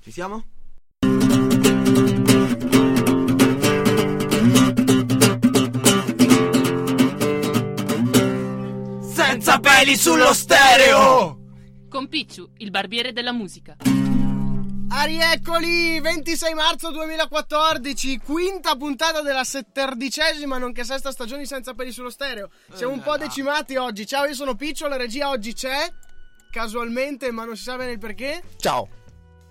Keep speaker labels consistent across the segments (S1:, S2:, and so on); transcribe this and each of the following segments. S1: Ci siamo? Senza peli sullo stereo!
S2: Con Picciu, il barbiere della musica.
S3: Arieccoli, 26 marzo 2014, quinta puntata della setterdicesima, nonché sesta stagione di senza peli sullo stereo. Siamo un
S1: Eh,
S3: po' decimati oggi. Ciao, io sono Piccio, la regia oggi c'è, casualmente, ma non si sa bene il perché.
S4: Ciao,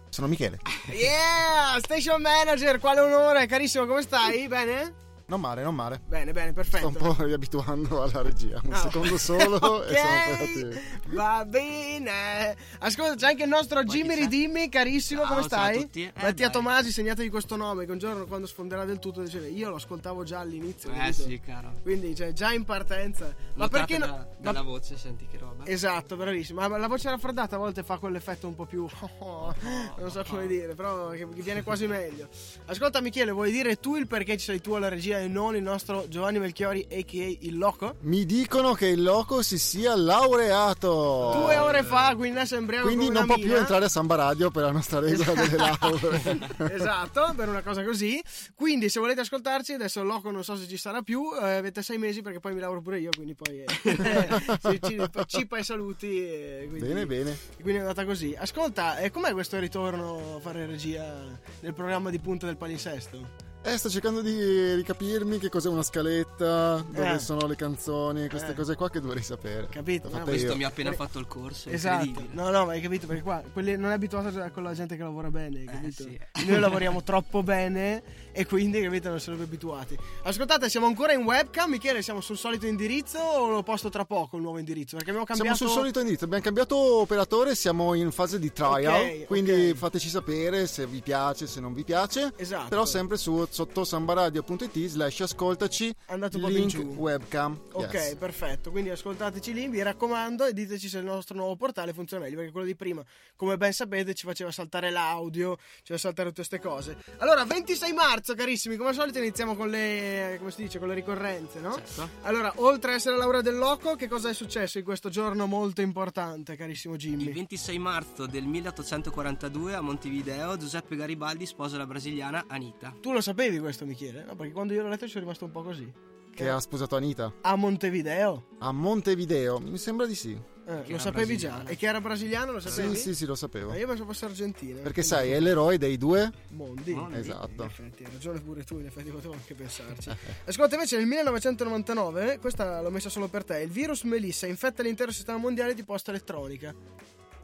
S4: sono Michele.
S3: Yeah, station manager, quale onore, carissimo, come stai? Bene?
S4: Non male, non male.
S3: Bene, bene,
S4: Sto
S3: perfetto.
S4: un po' riabituando alla regia. Un
S3: Ah.
S4: secondo solo
S3: Ok,
S4: e sono operativo.
S3: Va bene. Ascolta, c'è anche il nostro Jimmy Ridimmi, carissimo,
S1: Ciao,
S3: come
S1: ciao
S3: stai?
S1: a tutti. Eh,
S3: Mattia
S1: dai.
S3: Tomasi, segnatevi questo nome, che un giorno quando sfonderà del tutto diceva io lo ascoltavo già all'inizio.
S5: Eh
S3: capito?"
S5: sì, caro.
S3: Quindi, cioè, già in partenza. Ma
S5: Notate
S3: perché no?
S5: da-
S3: ma-
S5: dalla voce senti che roba.
S3: Esatto, bravissimo. Ma la voce raffreddata a volte fa quell'effetto un po' più. non so come dire, però che che viene quasi meglio. Ascolta, Michele, vuoi dire tu il perché ci sei tu alla regia e non il nostro Giovanni Melchiori, a.k.a. il Loco?
S4: Mi dicono che il loco si sia laureato.
S3: Due ore fa, quindi adesso sembriamo
S4: Quindi
S3: come
S4: non
S3: una
S4: può più
S3: mina.
S4: entrare a Samba Radio per la nostra regola delle lauree.
S3: esatto, per una cosa così. Quindi, se volete ascoltarci, adesso Loco non so se ci sarà più. eh, avete sei mesi perché poi mi lauro pure io. Quindi, poi eh, ci- ci- cippa e saluti. eh, quindi,
S4: bene, bene.
S3: quindi è andata così. Ascolta, eh, com'è questo ritorno a fare regia nel programma di punta del palinsesto?
S4: Eh, sto cercando di ricapirmi che cos'è una scaletta, dove
S3: Eh.
S4: sono le canzoni, queste
S3: Eh.
S4: cose qua che dovrei sapere.
S3: Capito?
S4: L'ho
S3: No,
S4: fatta
S5: Questo
S4: io.
S5: mi ha appena fatto il corso.
S3: Esatto,
S5: incredibile.
S3: no, no, ma hai capito perché qua quelli- non è abituato a- con la gente che lavora bene,
S4: Eh,
S3: capito?
S5: sì.
S3: Noi lavoriamo troppo bene e quindi, capito, non sarebbe abituati. Ascoltate, siamo ancora in webcam, Michele, siamo sul solito indirizzo o lo posto tra poco il nuovo indirizzo? Perché abbiamo cambiato...
S4: Siamo sul solito indirizzo, abbiamo cambiato operatore, siamo in fase di trial,
S3: Ok,
S4: quindi
S3: ok.
S4: fateci sapere se vi piace, se non vi piace.
S3: Esatto.
S4: Però sempre su sotto sambaradio.it slash ascoltaci
S3: Andate un po' più in
S4: link
S3: giù.
S4: webcam.
S3: Ok,
S4: Yes.
S3: perfetto. Quindi ascoltateci lì, mi raccomando, e diteci se il nostro nuovo portale funziona meglio, perché quello di prima, come ben sapete, ci faceva saltare l'audio, ci faceva saltare tutte queste cose. Allora, 26 marzo, carissimi, come al solito iniziamo con le, come si dice, con le ricorrenze, no?
S5: Certo.
S3: Allora, oltre a essere la laurea del loco, che cosa è successo in questo giorno molto importante, carissimo
S5: Il
S3: Jimmy?
S5: 26 marzo del 1842 a Montevideo Giuseppe Garibaldi sposa la brasiliana Anita.
S3: Tu lo sapevi questo, Michele? No, perché quando io l'ho letto ci sono rimasto un po' così.
S4: Che ha sposato Anita
S3: A Montevideo?
S4: a Montevideo, mi sembra di sì.
S3: Eh, lo
S5: era
S3: sapevi già.
S5: brasiliana.
S3: E che era brasiliano, lo
S4: Sì,
S3: sapevi?
S4: sì, sì, lo sapevo.
S3: Ma Eh, io pensavo fosse argentino.
S4: Perché sai, è l'eroe dei due.
S3: Mondi.
S5: Mondi.
S3: In
S4: Esatto.
S3: effetti, hai ragione pure tu, in effetti potevo anche pensarci. Ascolta, invece nel 1999, questa l'ho messa solo per te, il virus Melissa infetta l'intero sistema mondiale di posta elettronica.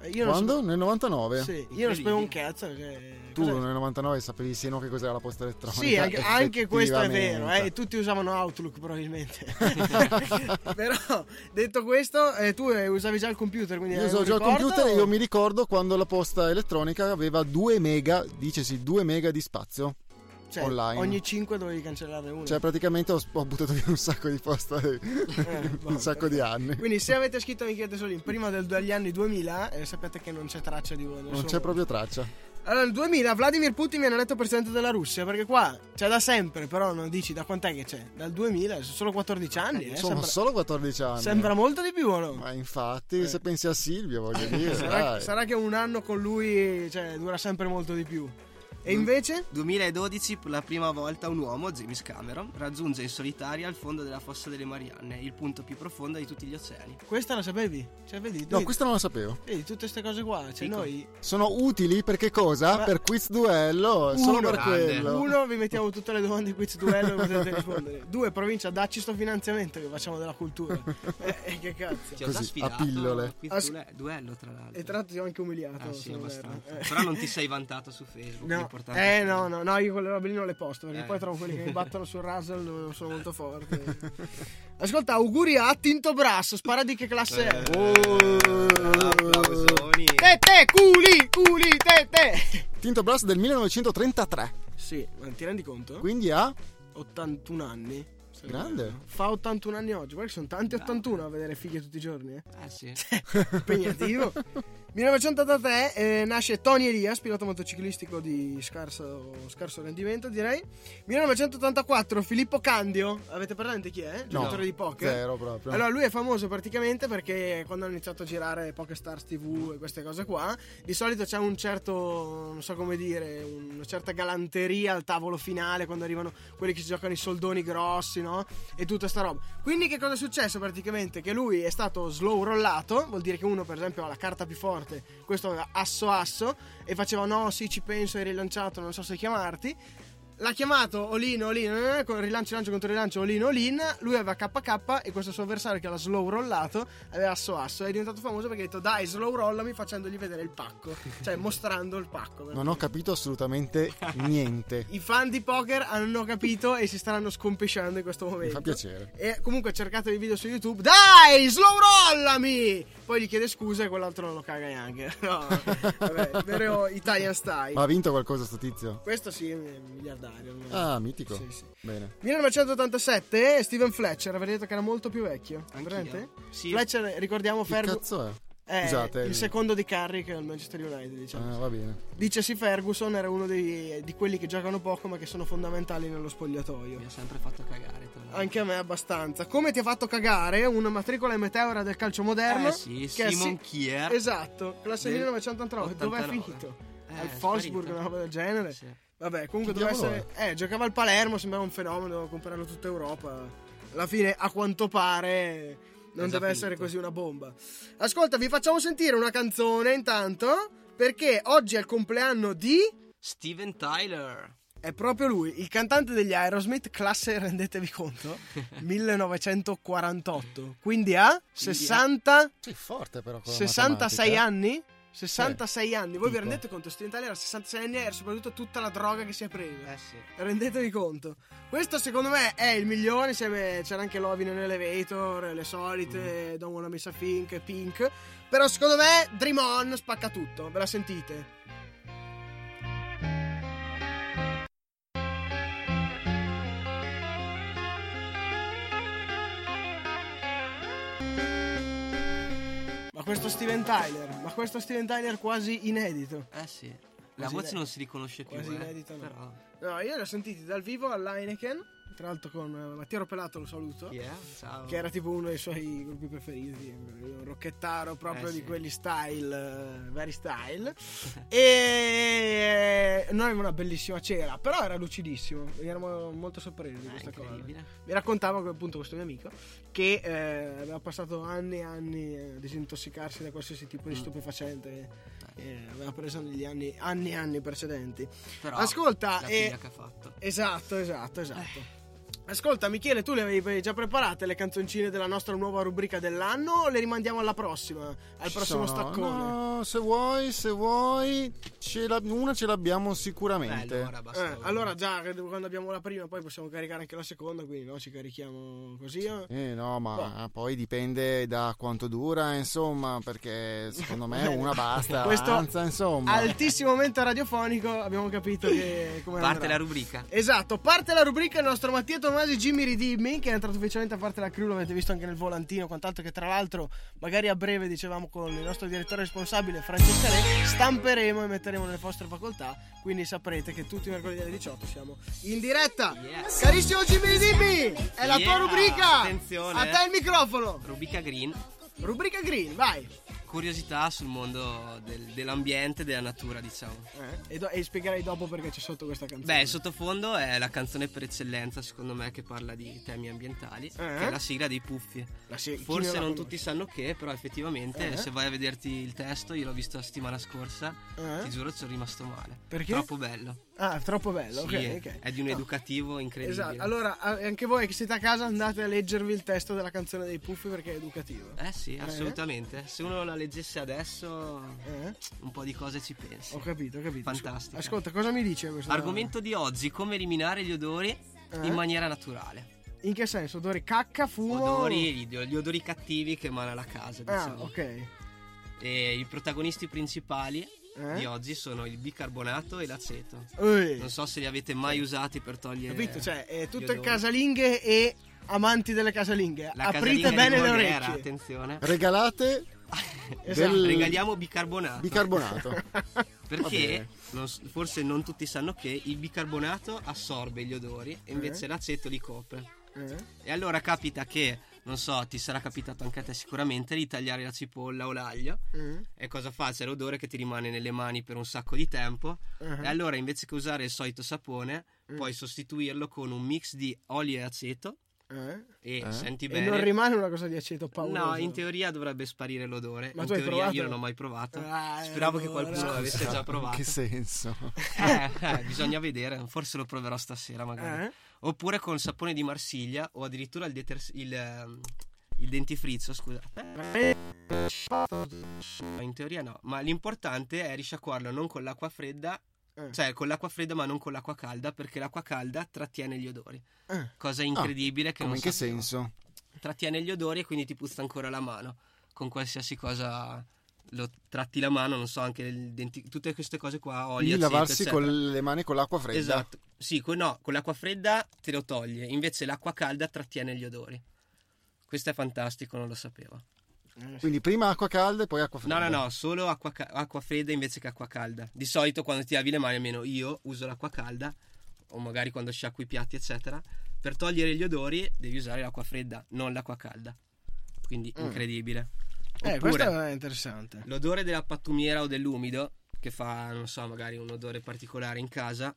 S3: Eh, Io non
S4: Quando? Nel
S3: sapevo-
S4: 99?
S3: Sì, io non sapevo
S5: Incredibile.
S3: un cazzo. perché-
S4: Tu
S3: cos'è?
S4: nel 99 sapevi sì no che cos'era la posta elettronica.
S3: Sì, anche, anche questo è vero, eh,
S4: effettivamente.
S3: tutti usavano Outlook probabilmente. Però detto questo, eh, tu eh, usavi già il computer, quindi
S4: Io
S3: hai Eh, un
S4: uso già il
S3: ricordo
S4: computer e
S3: o-
S4: io mi ricordo quando la posta elettronica aveva 2 mega, dicesi 2 mega di spazio.
S3: cioè,
S4: online.
S3: Ogni 5 dovevi cancellarne uno.
S4: Cioè praticamente ho, ho buttato via un sacco di posta, e-
S3: vabbè.
S4: un sacco di anni.
S3: Quindi se avete scritto Michele Tesolin prima del- degli anni 2000, eh, sapete che non c'è traccia di voi.
S4: Non c'è proprio traccia.
S3: Allora, nel 2000 Vladimir Putin viene eletto presidente della Russia, perché qua c'è da sempre, però non dici da quant'è che c'è? Dal 2000, sono solo 14 anni, eh,
S4: Sono
S3: sembra,
S4: solo 14 anni.
S3: sembra molto di più o no?
S4: Ma infatti, se pensi a Silvio, voglio dire,
S3: Sarà,
S4: dai.
S3: sarà che un anno con lui cioè, dura sempre molto di più.
S4: Mm.
S3: E invece?
S5: 2012 per la prima volta un uomo, James Cameron, raggiunge in solitaria il fondo della fossa delle Marianne, il punto più profondo di tutti gli oceani.
S3: Questa la sapevi? Cioè, vedi,
S4: No,
S3: vedi-
S4: questo non lo sapevo.
S3: vedi tutte queste cose qua, cioè
S5: Dico.
S3: noi
S4: Sono utili perché cosa?
S3: Ma-
S4: Per quiz duello, solo per
S5: grande.
S4: quello.
S3: Uno, vi mettiamo tutte le domande di quiz duello e potete rispondere. Due, provincia, dacci sto finanziamento che facciamo della cultura. Eh, eh, che
S5: Ti
S3: cazzo.
S5: ho
S4: Così,
S5: già
S4: a
S5: sfidato.
S4: pillole.
S5: qui
S3: As-
S5: duele- duello, tra l'altro.
S3: E tra l'altro ti ho anche umiliato.
S5: Ah, sì,
S3: se non
S5: abbastanza.
S3: erro. Eh.
S5: Però non ti sei vantato su Facebook.
S3: No.
S5: l'importante
S3: Eh
S5: è-
S3: no, no, no, io quelle robe lì non le posto perché
S5: Eh.
S3: poi trovo quelli che mi battono sul Razzle non sono molto forti. Ascolta, auguri a Tinto Brass, spara di che
S5: Eh,
S3: classe è.
S4: Oh.
S5: Applausoni.
S3: Te, te, culi, culi, te, te.
S4: Tinto Brass del 1933,
S3: Sì, ma ti rendi conto?
S4: quindi ha
S3: 81 anni. se non
S4: Grande.
S3: erro. Fa 81 eh. anni oggi, guarda che sono tanti 81 a vedere figlie tutti i giorni, eh.
S5: Eh sì.
S3: impegnativo. 1983 eh, nasce Tony Elias, pilota motociclistico di scarso, scarso rendimento direi. 1984 Filippo Candio, avete presente chi è? Giocatore di poker.
S4: Zero proprio.
S3: Allora, lui è famoso praticamente perché quando hanno iniziato a girare Pokestars TV e queste cose qua, di solito c'è un certo, non so come dire, una certa galanteria al tavolo finale quando arrivano quelli che si giocano i soldoni grossi, no? E tutta sta roba. Quindi che cosa è successo praticamente? Che lui è stato slow rollato, vuol dire che uno per esempio ha la carta più forte, questo aveva asso asso e faceva no, sì ci penso, hai rilanciato, non so se chiamarti. L'ha chiamato Olin, Olin, eh, con rilancio, lancio contro rilancio, Olin, Olin. Lui aveva KK e questo suo avversario che l'ha slow rollato aveva asso asso. È diventato famoso perché ha detto dai slow rollami facendogli vedere il pacco, cioè mostrando il pacco.
S4: Non ho capito assolutamente niente.
S3: I fan di poker hanno capito e si staranno scompesciando in questo momento.
S4: Mi fa piacere.
S3: E comunque cercate i video su YouTube. Dai, slow rollami! Poi gli chiede scusa e quell'altro non lo caga neanche. No, vabbè, vero Italian style.
S4: Ma ha vinto qualcosa sto tizio?
S3: Questo sì, è miliardario. ormai.
S4: Ah, mitico.
S3: Sì, sì.
S4: Bene.
S3: 1987 Steven Fletcher, avete detto che era molto più vecchio.
S5: Anch'io.
S3: Presente?
S5: Sì.
S3: Fletcher, ricordiamo
S4: Che
S3: Ferguson.
S4: cazzo è?
S3: Eh,
S4: Scusate,
S3: il
S4: eh.
S3: secondo di Curry che è il Manchester United, diciamo.
S4: Ah, va bene.
S3: Dicesi Ferguson era uno dei- di quelli che giocano poco ma che sono fondamentali nello spogliatoio.
S5: Mi ha sempre fatto cagare, tra l'altro.
S3: Anche a me abbastanza. Come ti ha fatto cagare una matricola e meteora del calcio moderno?
S5: Eh sì,
S3: è
S5: Simon
S3: si-
S5: Kier.
S3: Esatto, classe
S5: Del
S3: 1989. Dov'è
S5: 89?
S3: finito?
S5: Eh,
S3: Al
S5: è
S3: Wolfsburg,
S5: sparito.
S3: una roba del genere.
S5: Sì.
S3: Vabbè, comunque
S4: Chi
S3: doveva
S4: diavolo
S3: essere. Eh, giocava al Palermo, sembrava un fenomeno, doveva comprarlo tutta Europa. Alla fine, a quanto pare, non
S5: È già
S3: deve essere
S5: finito.
S3: così una bomba. Ascolta, vi facciamo sentire una canzone intanto, perché oggi è il compleanno di.
S5: Steven Tyler.
S3: È proprio lui, il cantante degli Aerosmith, classe, rendetevi conto, 1948. Quindi ha 60,
S4: Sei forte però con la
S3: 66
S4: matematica.
S3: anni? 66 anni. Voi vi
S4: Tipo.
S3: rendete conto? Steven Tyler ha 66 anni e era soprattutto tutta la droga che si è presa.
S5: Eh sì.
S3: Rendetevi conto. Questo secondo me è il migliore, insieme c'era anche Lovin in Elevator, le
S4: Mm.
S3: solite, Don Wanna Miss a Fink, Pink. Però secondo me Dream On spacca tutto, ve la sentite? Ma questo Steven Tyler, ma questo Steven Tyler quasi inedito.
S5: Eh sì. La
S3: Quasi
S5: voce
S3: inedita.
S5: non si riconosce più.
S3: Quasi
S5: eh,
S3: inedita, no.
S5: Però.
S3: No, io l'ho sentito dal vivo all'Heineken, tra l'altro con eh, Mattiero Pelato lo saluto.
S5: Yeah, ciao.
S3: Che era tipo uno dei suoi gruppi preferiti, un rocchettaro proprio
S5: Eh,
S3: di
S5: sì.
S3: quelli style, eh, vari style. e eh, noi avevamo una bellissima cena, però era lucidissimo, eravamo molto sorpresi di
S5: Eh,
S3: questa cosa.
S5: incredibile.
S3: Mi raccontava che, appunto questo mio amico che eh, aveva passato anni e anni a disintossicarsi da qualsiasi tipo
S5: Mm.
S3: di stupefacente eh, aveva preso negli anni, anni e anni precedenti.
S5: Però
S3: Ascolta, eh,
S5: la
S3: e-
S5: figlia che ha fatto.
S3: Esatto, esatto, esatto.
S5: Eh.
S3: Ascolta, Michele, tu le avevi già preparate le canzoncine della nostra nuova rubrica dell'anno o le rimandiamo alla prossima? Al
S4: Ci
S3: prossimo
S4: sono.
S3: staccone? Eh,
S4: No, se vuoi, se vuoi, ce l'ab- una ce l'abbiamo
S5: Bello,
S4: sicuramente.
S5: allora
S3: Eh,
S5: basta.
S3: allora già quando abbiamo la prima poi possiamo caricare anche la seconda, quindi no, ci carichiamo così. eh?
S4: Eh, no, ma poi dipende da quanto dura, insomma, perché secondo me una basta.
S3: Questo
S4: avanza, insomma.
S3: altissimo momento radiofonico, abbiamo capito che come
S5: Parte
S3: andrà.
S5: la rubrica.
S3: Esatto, parte la rubrica il nostro Mattia Tomasi Jimmy Ridimmi che è entrato ufficialmente a parte la crew, l'avete visto anche nel volantino, quant'altro che tra l'altro magari a breve dicevamo con il nostro direttore responsabile Francesca Re stamperemo e metteremo nelle vostre facoltà, quindi saprete che tutti i mercoledì alle 18 siamo in diretta.
S5: Yeah.
S3: Carissimo Jimmy Ridimmi, è la tua
S5: Yeah,
S3: rubrica!
S5: attenzione.
S3: A te il microfono!
S5: Rubrica Green.
S3: Rubrica Green, vai!
S5: Curiosità sul mondo del- dell'ambiente e della natura, diciamo.
S3: Eh, e, do- e spiegherai dopo perché c'è sotto questa canzone.
S5: Beh, il sottofondo è la canzone per eccellenza, secondo me, che parla di temi ambientali, che è la sigla dei puffi.
S3: La se- Eh? chi
S5: Forse
S3: la
S5: non
S3: conosce?
S5: tutti sanno che, però effettivamente,
S3: Eh.
S5: se vai a vederti il testo, io l'ho visto la settimana scorsa,
S3: Eh?
S5: ti giuro ci sono rimasto male.
S3: Perché?
S5: Troppo bello.
S3: Ah, troppo bello,
S5: Sì,
S3: ok,
S5: è,
S3: ok.
S5: è di un
S3: No.
S5: educativo incredibile.
S3: Esatto, allora a- anche voi che siete a casa andate a leggervi il testo della canzone dei Puffi perché è educativo.
S5: Eh sì, assolutamente. Se uno la leggesse adesso,
S3: Eh?
S5: un po' di cose ci pensi.
S3: Ho capito, ho capito.
S5: Fantastica.
S3: Ascolta, cosa mi dice questo? Eh?
S5: Argomento di oggi, come eliminare gli odori in maniera naturale.
S3: In che senso? Odori cacca, fumo?
S5: Odori, gli, gli odori cattivi che emana la casa,
S3: Ah,
S5: diciamo.
S3: ok. Eh?
S5: E i protagonisti principali
S3: Eh?
S5: di oggi sono il bicarbonato e l'aceto.
S3: Ehi,
S5: Non so se li avete mai usati per togliere.
S3: Capito? Cioè, è
S5: gli
S3: tutto
S5: odori.
S3: casalinghe e amanti delle casalinghe.
S5: La
S3: Aprite
S5: casalinga di
S3: bene le
S5: Voghera,
S3: orecchie.
S5: Attenzione.
S4: Regalate
S3: Esatto.
S4: Del-
S5: Regaliamo bicarbonato.
S4: Bicarbonato. Va
S5: Perché
S4: bene.
S5: non s- forse non tutti sanno che il bicarbonato assorbe gli odori e invece
S3: Eh.
S5: l'aceto li copre.
S3: Eh?
S5: E allora capita che, non so, ti sarà capitato anche a te sicuramente di tagliare la cipolla o l'aglio.
S3: Mm.
S5: E cosa fa? C'è l'odore che ti rimane nelle mani per un sacco di tempo.
S3: Ah.
S5: E allora invece che usare il solito sapone,
S3: Mm.
S5: puoi sostituirlo con un mix di olio e aceto.
S3: Eh?
S5: E
S4: Eh?
S5: senti
S3: E
S5: bene.
S3: non rimane una cosa di aceto pauroso.
S5: No, in teoria dovrebbe sparire l'odore.
S3: Ma
S5: in
S3: tu hai
S5: teoria
S3: provato?
S5: io non ho mai provato.
S3: Ah,
S5: Speravo che
S3: allora.
S5: qualcuno l'avesse già provato.
S4: Che senso?
S5: Eh, eh, bisogna vedere, forse lo proverò stasera magari.
S3: Eh?
S5: Oppure con il sapone di Marsiglia o addirittura il, deters- il, ehm, il dentifrizzo, scusa.
S3: Eh?
S5: No, In teoria no, ma l'importante è risciacquarlo non con l'acqua fredda,
S3: Eh.
S5: cioè con l'acqua fredda ma non con l'acqua calda perché l'acqua calda trattiene gli odori.
S3: Eh.
S5: Cosa incredibile che
S4: Ah,
S5: non
S4: Come in che
S5: sapevo.
S4: senso?
S5: Trattiene gli odori e quindi ti puzza ancora la mano. Con qualsiasi cosa lo tratti la mano, non so, anche il denti- tutte queste cose qua, olio,
S4: Di
S5: aceto,
S4: lavarsi
S5: eccetera.
S4: con le mani con l'acqua fredda.
S5: Esatto, sì, con, no, con l'acqua fredda te lo toglie, invece l'acqua calda trattiene gli odori. Questo è fantastico, non lo sapevo.
S4: Quindi prima acqua calda e poi acqua
S5: No,
S4: fredda.
S5: no, no, solo acqua, ca- acqua fredda invece che acqua calda. Di solito quando ti lavi le mani, almeno io uso l'acqua calda, o magari quando sciacquo i piatti, eccetera. Per togliere gli odori devi usare l'acqua fredda, non l'acqua calda. Quindi
S3: Mm.
S5: incredibile.
S3: Eh,
S5: Oppure
S3: questo è interessante.
S5: l'odore della pattumiera o dell'umido, che fa, non so, magari un odore particolare in casa,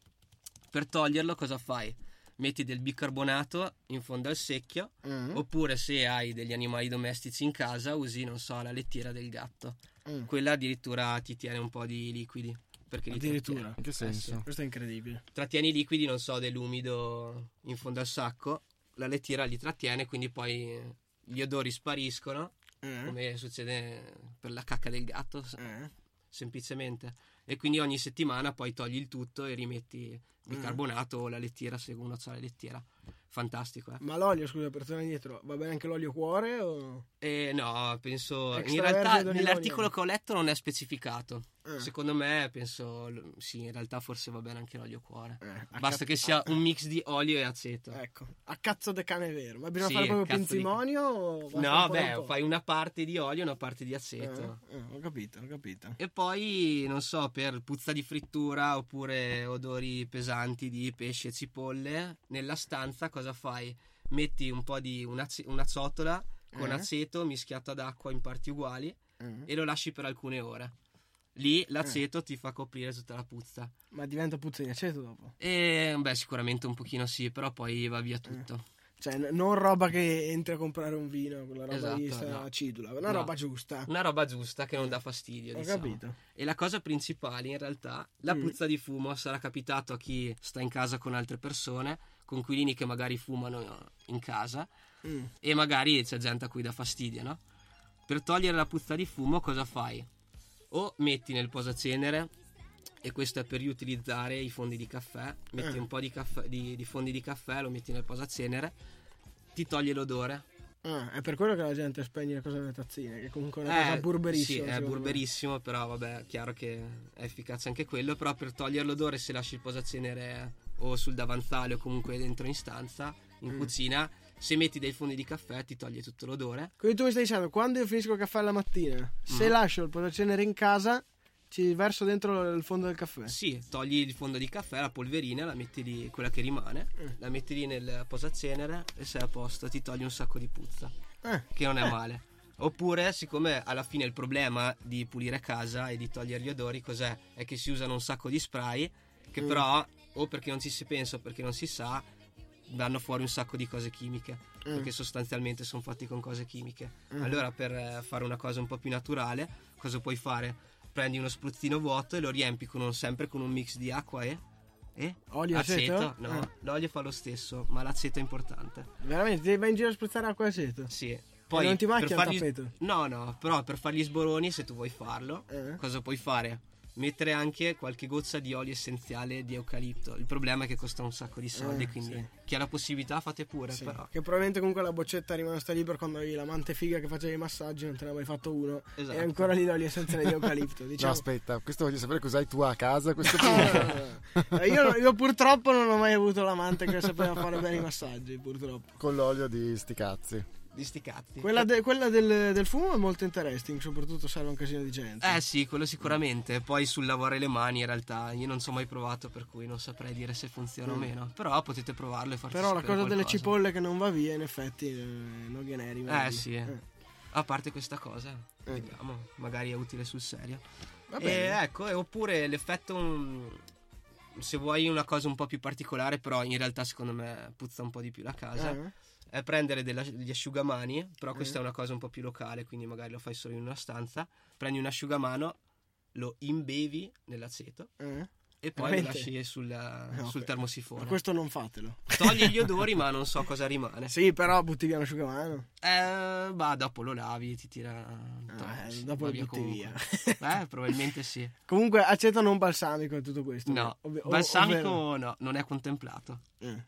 S5: per toglierlo cosa fai? Metti del bicarbonato in fondo al secchio,
S3: Mm.
S5: oppure se hai degli animali domestici in casa usi, non so, la lettiera del gatto.
S3: Mm.
S5: Quella addirittura ti tiene un po' di liquidi. Perché li
S3: Addirittura.
S5: trattiene.
S4: In che
S5: Eh sì.
S4: senso?
S3: Questo è incredibile.
S5: Trattieni i liquidi, non so, dell'umido in fondo al sacco, la lettiera li trattiene, quindi poi gli odori spariscono,
S3: Eh?
S5: come succede per la cacca del gatto
S3: Eh?
S5: semplicemente. E quindi ogni settimana poi togli il tutto e rimetti
S3: Mm.
S5: bicarbonato o la lettiera se uno ha la lettiera. Fantastico, eh.
S3: Ma l'olio, scusa, per tornare indietro, va bene anche l'olio cuore o...
S5: E no, penso. In
S3: Extravergine
S5: realtà
S3: d'oliva
S5: nell'articolo
S3: olio.
S5: che ho letto non è specificato.
S3: Eh.
S5: Secondo me, penso. l- Sì, in realtà forse va bene anche l'olio cuore.
S3: Eh, a
S5: Basta
S3: cazzo-
S5: che sia un mix di olio e aceto.
S3: a- Ecco, a cazzo de cane vero. Ma bisogna
S5: Sì,
S3: fare proprio
S5: cazzo di-
S3: pinzimonio o... basta
S5: No,
S3: un po' e un
S5: beh,
S3: po'?
S5: fai una parte di olio e una parte di
S3: Eh,
S5: aceto.
S3: eh, ho capito, ho capito.
S5: E poi, non so, per puzza di frittura oppure odori pesanti di pesce e cipolle, nella stanza cosa fai? Metti un po' di una, ci- una ciotola con
S3: Eh.
S5: aceto mischiato ad acqua in parti uguali
S3: Eh.
S5: e lo lasci per alcune ore. Lì l'aceto ti fa coprire tutta la puzza.
S3: Ma diventa puzza di aceto dopo.
S5: E beh, sicuramente un pochino sì, però poi va
S3: Eh,
S5: via tutto.
S3: Cioè, n- non roba che entri a comprare un vino, quella roba lì
S5: Esatto,
S3: sta
S5: no.
S3: acidula, una
S5: No.
S3: roba giusta.
S5: Una roba giusta che non dà fastidio,
S3: Ho
S5: diciamo.
S3: capito.
S5: E la cosa principale in realtà, la
S3: Mm.
S5: puzza di fumo sarà capitato a chi sta in casa con altre persone, coinquilini che magari fumano in casa
S3: Mm.
S5: e magari c'è gente a cui dà fastidio, no? Per togliere la puzza di fumo cosa fai? O metti nel posacenere, e questo è per riutilizzare i fondi di caffè, metti
S3: Eh.
S5: un po' di, caffè- di- di fondi di caffè, lo metti nel posacenere, ti toglie l'odore.
S3: Ah, è per quello che la gente spegne le cose nelle tazzine, che comunque è una cosa
S5: Eh,
S3: burberissima.
S5: Sì, è
S3: secondo me.
S5: burberissimo, però vabbè, è chiaro che è efficace anche quello. Però per togliere l'odore, se lasci il posacenere o sul davanzale o comunque dentro in stanza, in
S3: Mm.
S5: cucina, se metti dei fondi di caffè ti toglie tutto l'odore.
S3: Quindi tu mi stai dicendo, quando io finisco il caffè la mattina, se
S5: Mm.
S3: lascio il posacenere in casa, ci verso dentro il fondo del caffè.
S5: Sì, togli il fondo di caffè, la polverina, la metti lì, quella che rimane,
S3: Mm.
S5: la metti lì nel posacenere e sei a posto, ti togli un sacco di puzza,
S3: Eh,
S5: che non è male. Oppure, siccome alla fine il problema di pulire casa e di togliere gli odori, cos'è? È che si usano un sacco di spray, che
S3: Mm.
S5: però, o perché non ci si pensa o perché non si sa, vanno fuori un sacco di cose chimiche,
S3: Mm.
S5: perché sostanzialmente sono fatti con cose chimiche.
S3: Mm.
S5: Allora, per eh, fare una cosa un po' più naturale, cosa puoi fare? Prendi uno spruzzino vuoto e lo riempi con un- sempre con un mix di acqua e. e?
S3: Olio e aceto?
S5: No,
S3: Eh.
S5: l'olio fa lo stesso, ma l'aceto è importante.
S3: veramente, ti vai in giro a spruzzare acqua e aceto.
S5: Sì. Poi
S3: non ti
S5: per
S3: macchia il
S5: fargli-
S3: tappeto?
S5: No, no, però per fargli sboroni, se tu vuoi farlo,
S3: Eh.
S5: cosa puoi fare? Mettere anche qualche goccia di olio essenziale di eucalipto. Il problema è che costa un sacco di soldi,
S3: Eh,
S5: quindi
S3: sì.
S5: chi ha la possibilità fate pure,
S3: Sì,
S5: però.
S3: Che probabilmente comunque la boccetta è rimasta lì per quando avevi l'amante figa che faceva i massaggi, non te ne avevi fatto uno.
S5: Esatto.
S3: E ancora lì l'olio essenziale di eucalipto.
S4: No,
S3: Diciamo.
S4: aspetta, questo voglio sapere cos'hai tu a casa. Questo
S3: Eh, io, io purtroppo non ho mai avuto l'amante che sapeva fare bene i massaggi, purtroppo.
S4: con l'olio di sti cazzi.
S5: di sti cazzi.
S3: Quella, de- quella del, del fumo è molto interesting, soprattutto serve un casino di gente.
S5: Eh sì, quello sicuramente. Poi sul lavare le mani, in realtà, io non so mai provato, per cui non saprei dire se funziona o
S3: Mm.
S5: meno. Però potete provarlo e farci
S3: Però la cosa
S5: sapere
S3: delle
S5: qualcosa.
S3: cipolle che non va via, in effetti, eh, non viene rimane
S5: Eh,
S3: lì.
S5: sì. A parte questa cosa, vediamo, magari è utile sul serio.
S3: Eh. Va
S5: E
S3: bene.
S5: ecco, e oppure l'effetto. mm, se vuoi una cosa un po' più particolare, però in realtà secondo me puzza un po' di più la casa,
S3: Eh,
S5: è prendere della- gli asciugamani, però questa
S3: Eh.
S5: è una cosa un po' più locale, quindi magari lo fai solo in una stanza. Prendi un asciugamano, lo imbevi nell'aceto
S3: eh.
S5: e poi lo
S3: Veramente?
S5: lasci sulla-
S3: No,
S5: sul
S3: per-
S5: termosifone.
S3: Ma questo non fatelo.
S5: Togli gli odori, ma non so cosa rimane.
S3: Sì, però butti via un asciugamano.
S5: Eh, bah, dopo lo lavi, ti tira. un
S3: Eh,
S5: tot, sì,
S3: dopo
S5: va
S3: lo butti
S5: comunque.
S3: via.
S5: Eh, probabilmente sì.
S3: Comunque, aceto non balsamico è tutto questo.
S5: No,
S3: Ovvi- o-
S5: balsamico
S3: ovvero-
S5: no, non è contemplato.
S3: eh.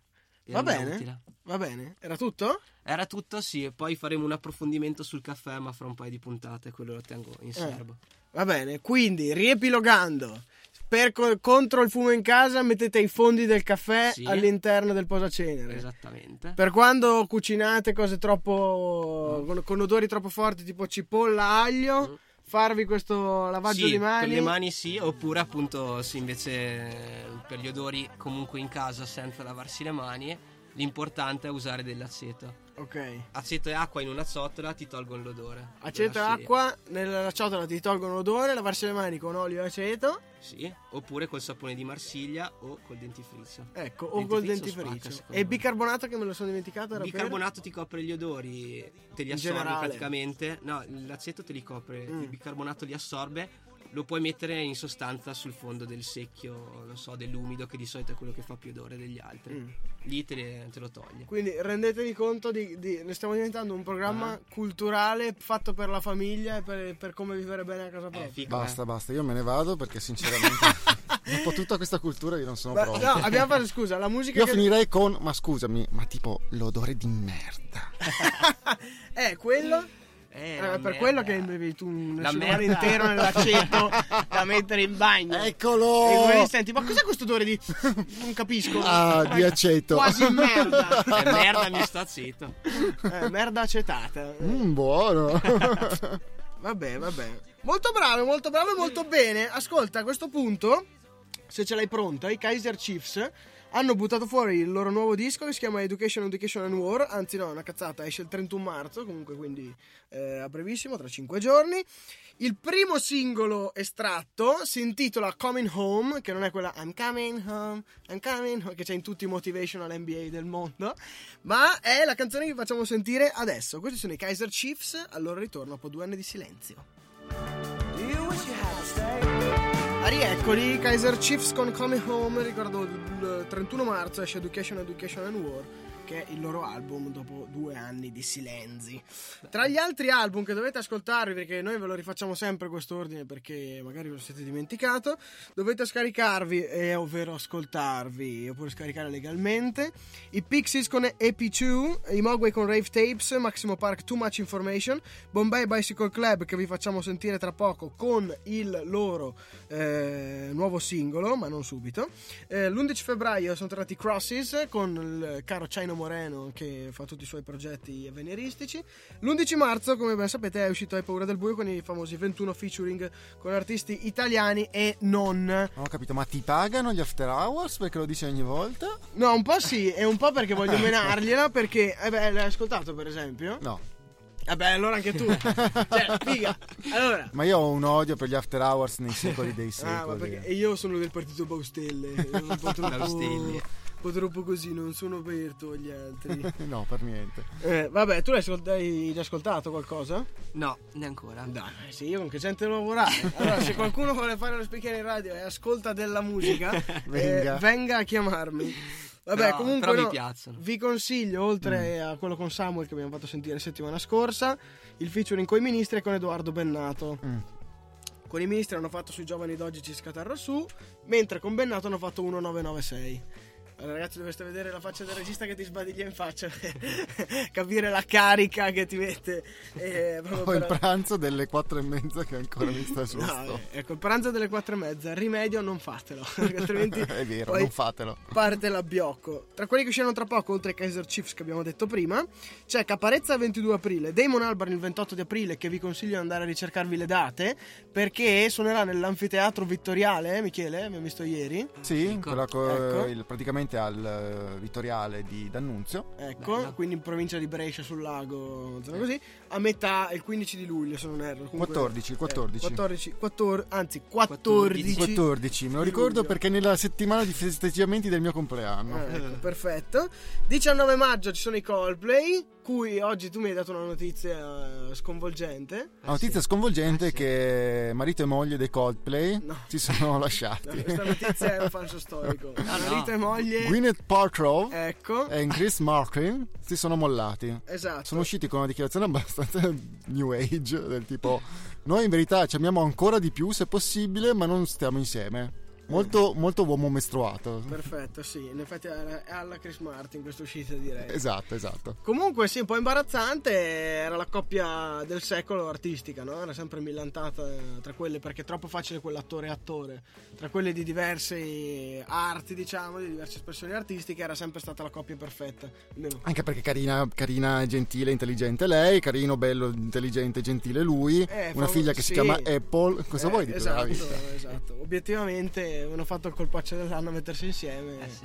S5: E
S3: Va
S5: non è
S3: bene.
S5: utile.
S3: Va bene, era tutto?
S5: Era tutto, sì, e poi faremo un approfondimento sul caffè, ma fra un paio di puntate, quello lo tengo
S3: Eh,
S5: in serbo.
S3: Va bene, quindi riepilogando. Per co- contro il fumo in casa mettete i fondi del caffè
S5: Sì. Esatto.
S3: all'interno del posacenere.
S5: Esattamente.
S3: Per quando cucinate cose troppo
S5: Mm.
S3: con, con odori troppo forti tipo cipolla, aglio, farvi questo lavaggio
S5: Sì,
S3: di mani.
S5: con le mani sì, oppure appunto se invece eh, per gli odori comunque in casa senza lavarsi le mani, l'importante è usare dell'aceto.
S3: Ok.
S5: Aceto e acqua in una ciotola ti tolgono l'odore.
S3: Aceto e
S5: Lo lasci-
S3: acqua nella ciotola ti tolgono l'odore, lavarsi le mani con olio e aceto,
S5: Sì, oppure col sapone di Marsiglia o col dentifricio.
S3: ecco, o col
S5: Dentifricio
S3: dentifricio.
S5: spacca, secondo
S3: e
S5: me.
S3: bicarbonato che me lo sono dimenticato era
S5: Il
S3: per-
S5: bicarbonato ti copre gli odori, te li
S3: In
S5: assorbe
S3: generale.
S5: praticamente. No, l'aceto te li copre,
S3: Mm.
S5: il bicarbonato li assorbe. Lo puoi mettere in sostanza sul fondo del secchio, non so, dell'umido, che di solito è quello che fa più odore degli altri.
S3: Mm.
S5: Lì te, le- te lo toglie.
S3: Quindi rendetevi conto di, di- ne stiamo diventando un programma
S5: Ah.
S3: culturale fatto per la famiglia e per, per come vivere bene a casa
S5: Eh,
S3: propria.
S5: figo,
S4: Basta,
S5: eh.
S4: basta, io me ne vado perché sinceramente dopo tutta questa cultura io non sono
S3: Ma-
S4: pronto.
S3: no, abbiamo fatto scusa, la musica
S4: Io
S3: che...
S4: finirei con, ma scusami, ma tipo l'odore di merda.
S3: Eh, quello
S5: Eh,
S3: Eh,
S5: la
S3: per
S5: merda.
S3: quello che bevi tu un
S5: La
S3: asciugamano
S5: merda. Eh,
S3: intero nell'aceto da mettere in bagno. E
S4: Eccolo!
S3: come senti, ma cos'è questo odore di non capisco.
S4: Ah, di aceto.
S3: Quasi merda.
S5: Eh, merda, mi sta zitto.
S3: Eh, merda acetata.
S4: Mm, buono.
S3: Vabbè, vabbè. Molto bravo, molto bravo e molto bene. Ascolta, a questo punto, se ce l'hai pronta, i Kaiser Chiefs hanno buttato fuori il loro nuovo disco che si chiama Education, Education and War. Anzi, no, è una cazzata, esce il 31 marzo, comunque, quindi eh, a brevissimo, tra 5 giorni. Il primo singolo estratto si intitola Coming Home, che non è quella I'm coming home, I'm coming home, che c'è in tutti i motivational NBA del mondo, ma è la canzone che vi facciamo sentire adesso. Questi sono i Kaiser Chiefs, allora ritorno dopo due anni di silenzio. Ah, Rieccoli, i Kaiser Chiefs con Coming Home, ricordo il 31 marzo esce Education, Education and War, che è il loro album dopo due anni di silenzi. Tra gli altri album che dovete ascoltarvi, perché noi ve lo rifacciamo sempre questo ordine perché magari ve lo siete dimenticato, dovete scaricarvi, eh, ovvero ascoltarvi, oppure scaricare legalmente, i Pixies con EP2, i Mogwai con Rave Tapes, Maximo Park Too Much Information, Bombay Bicycle Club che vi facciamo sentire tra poco con il loro eh, nuovo singolo, ma non subito. Eh, l'11 febbraio sono tornati i Crosses con il caro Chino Moreno che fa tutti i suoi progetti avveniristici. L'11 marzo, come ben sapete, è uscito Hai paura del buio con i famosi 21 featuring con artisti italiani e non.
S4: Non ho capito, ma ti pagano gli after hours perché lo dici ogni volta?
S3: No, un po' sì, e un po' perché voglio menargliela perché, eh beh, l'hai ascoltato per esempio?
S4: No,
S3: Vabbè, allora anche tu. cioè, figa. Allora,
S4: ma io ho un odio per gli after hours nei secoli dei secoli.
S3: Ah, ma perché e io sono del partito Baustelle, sono un po' troppo,
S5: Baustelli.
S3: un po' troppo così, non sono aperto agli altri.
S4: No, per niente.
S3: Eh, vabbè, tu l'hai ascolt- hai già ascoltato qualcosa?
S5: No, neanche ancora.
S3: Dai, Eh sì, io con che gente devo lavorare. Allora, se qualcuno vuole fare lo speaker in radio e ascolta della musica, eh,
S4: Venga.
S3: venga a chiamarmi. Vabbè,
S5: Però-
S3: comunque
S5: però mi
S3: no,
S5: piacciono.
S3: vi consiglio, oltre a quello con Samuel che abbiamo fatto sentire settimana scorsa, il featuring con i ministri e con Edoardo Bennato.
S4: Mm.
S3: Con i ministri hanno fatto sui giovani d'oggi ci scatarra su, mentre con Bennato hanno fatto 1996. Allora, ragazzi, dovreste vedere la faccia del regista che ti sbadiglia in faccia. Capire la carica che ti mette. Eh, proprio
S4: Poi il
S3: per-
S4: pranzo delle quattro e mezza che ancora mi sta sul
S3: No,
S4: stomaco.
S3: eh, ecco, il pranzo delle quattro e mezza, rimedio non fatelo, perché altrimenti
S4: È vero,
S3: eh. poi
S4: non fatelo.
S3: parte l'abbiocco. Tra quelli che usciranno tra poco, oltre ai Kaiser Chiefs che abbiamo detto prima, c'è Caparezza il 22 aprile, Damon Albarn il 28 di aprile, che vi consiglio di andare a ricercarvi le date, perché suonerà nell'anfiteatro Vittoriale, eh, Michele, abbiamo visto ieri,
S4: Sì,
S5: Ecco.
S4: quella co-
S3: Ecco.
S4: il- praticamente al eh, vittoriale di D'Annunzio.
S3: ecco,
S5: Bello.
S3: quindi in provincia di Brescia sul lago, zona così, a metà, il 15 di luglio se non erro. Comunque,
S4: 14,
S3: eh,
S4: 14.
S3: 14, 14, anzi
S5: 14.
S3: 14.
S4: 14, me lo
S3: Di
S4: ricordo
S3: luglio.
S4: perché nella settimana di festeggiamenti del mio compleanno.
S3: Ah, ecco, perfetto. 19 maggio ci sono i Coldplay, cui oggi tu mi hai dato una notizia eh, sconvolgente.
S4: La notizia sconvolgente
S5: Eh
S4: è
S5: sì.
S4: che marito e moglie dei Coldplay
S3: No.
S4: si sono
S3: No,
S4: lasciati.
S3: questa notizia è un falso storico.
S5: Ah, no.
S3: Marito e moglie,
S4: Gwyneth Paltrow
S3: ecco,
S4: e Chris Martin si sono mollati.
S3: esatto.
S4: Eh, Sono usciti con una dichiarazione abbastanza new age, del tipo noi in verità ci amiamo ancora di più se possibile, ma non stiamo insieme. Molto, molto uomo mestruato.
S3: Perfetto, sì, in effetti è alla Chris Martin questa uscita direi.
S4: Esatto, esatto.
S3: Comunque sì, un po' imbarazzante, era la coppia del secolo artistica, no? Era sempre millantata eh, tra quelle, perché è troppo facile quell'attore e attore, tra quelle di diverse arti, diciamo, di diverse espressioni artistiche, era sempre stata la coppia perfetta, almeno.
S4: Anche perché carina, carina, gentile, intelligente lei, carino, bello, intelligente, gentile lui,
S3: Eh,
S4: una
S3: fa-
S4: figlia che si
S3: sì.
S4: chiama Apple. Cosa
S3: Eh,
S4: vuoi di più della
S3: esatto,
S4: vita?
S3: esatto. Obiettivamente hanno fatto il colpaccio dell'anno a mettersi insieme.
S5: Eh sì.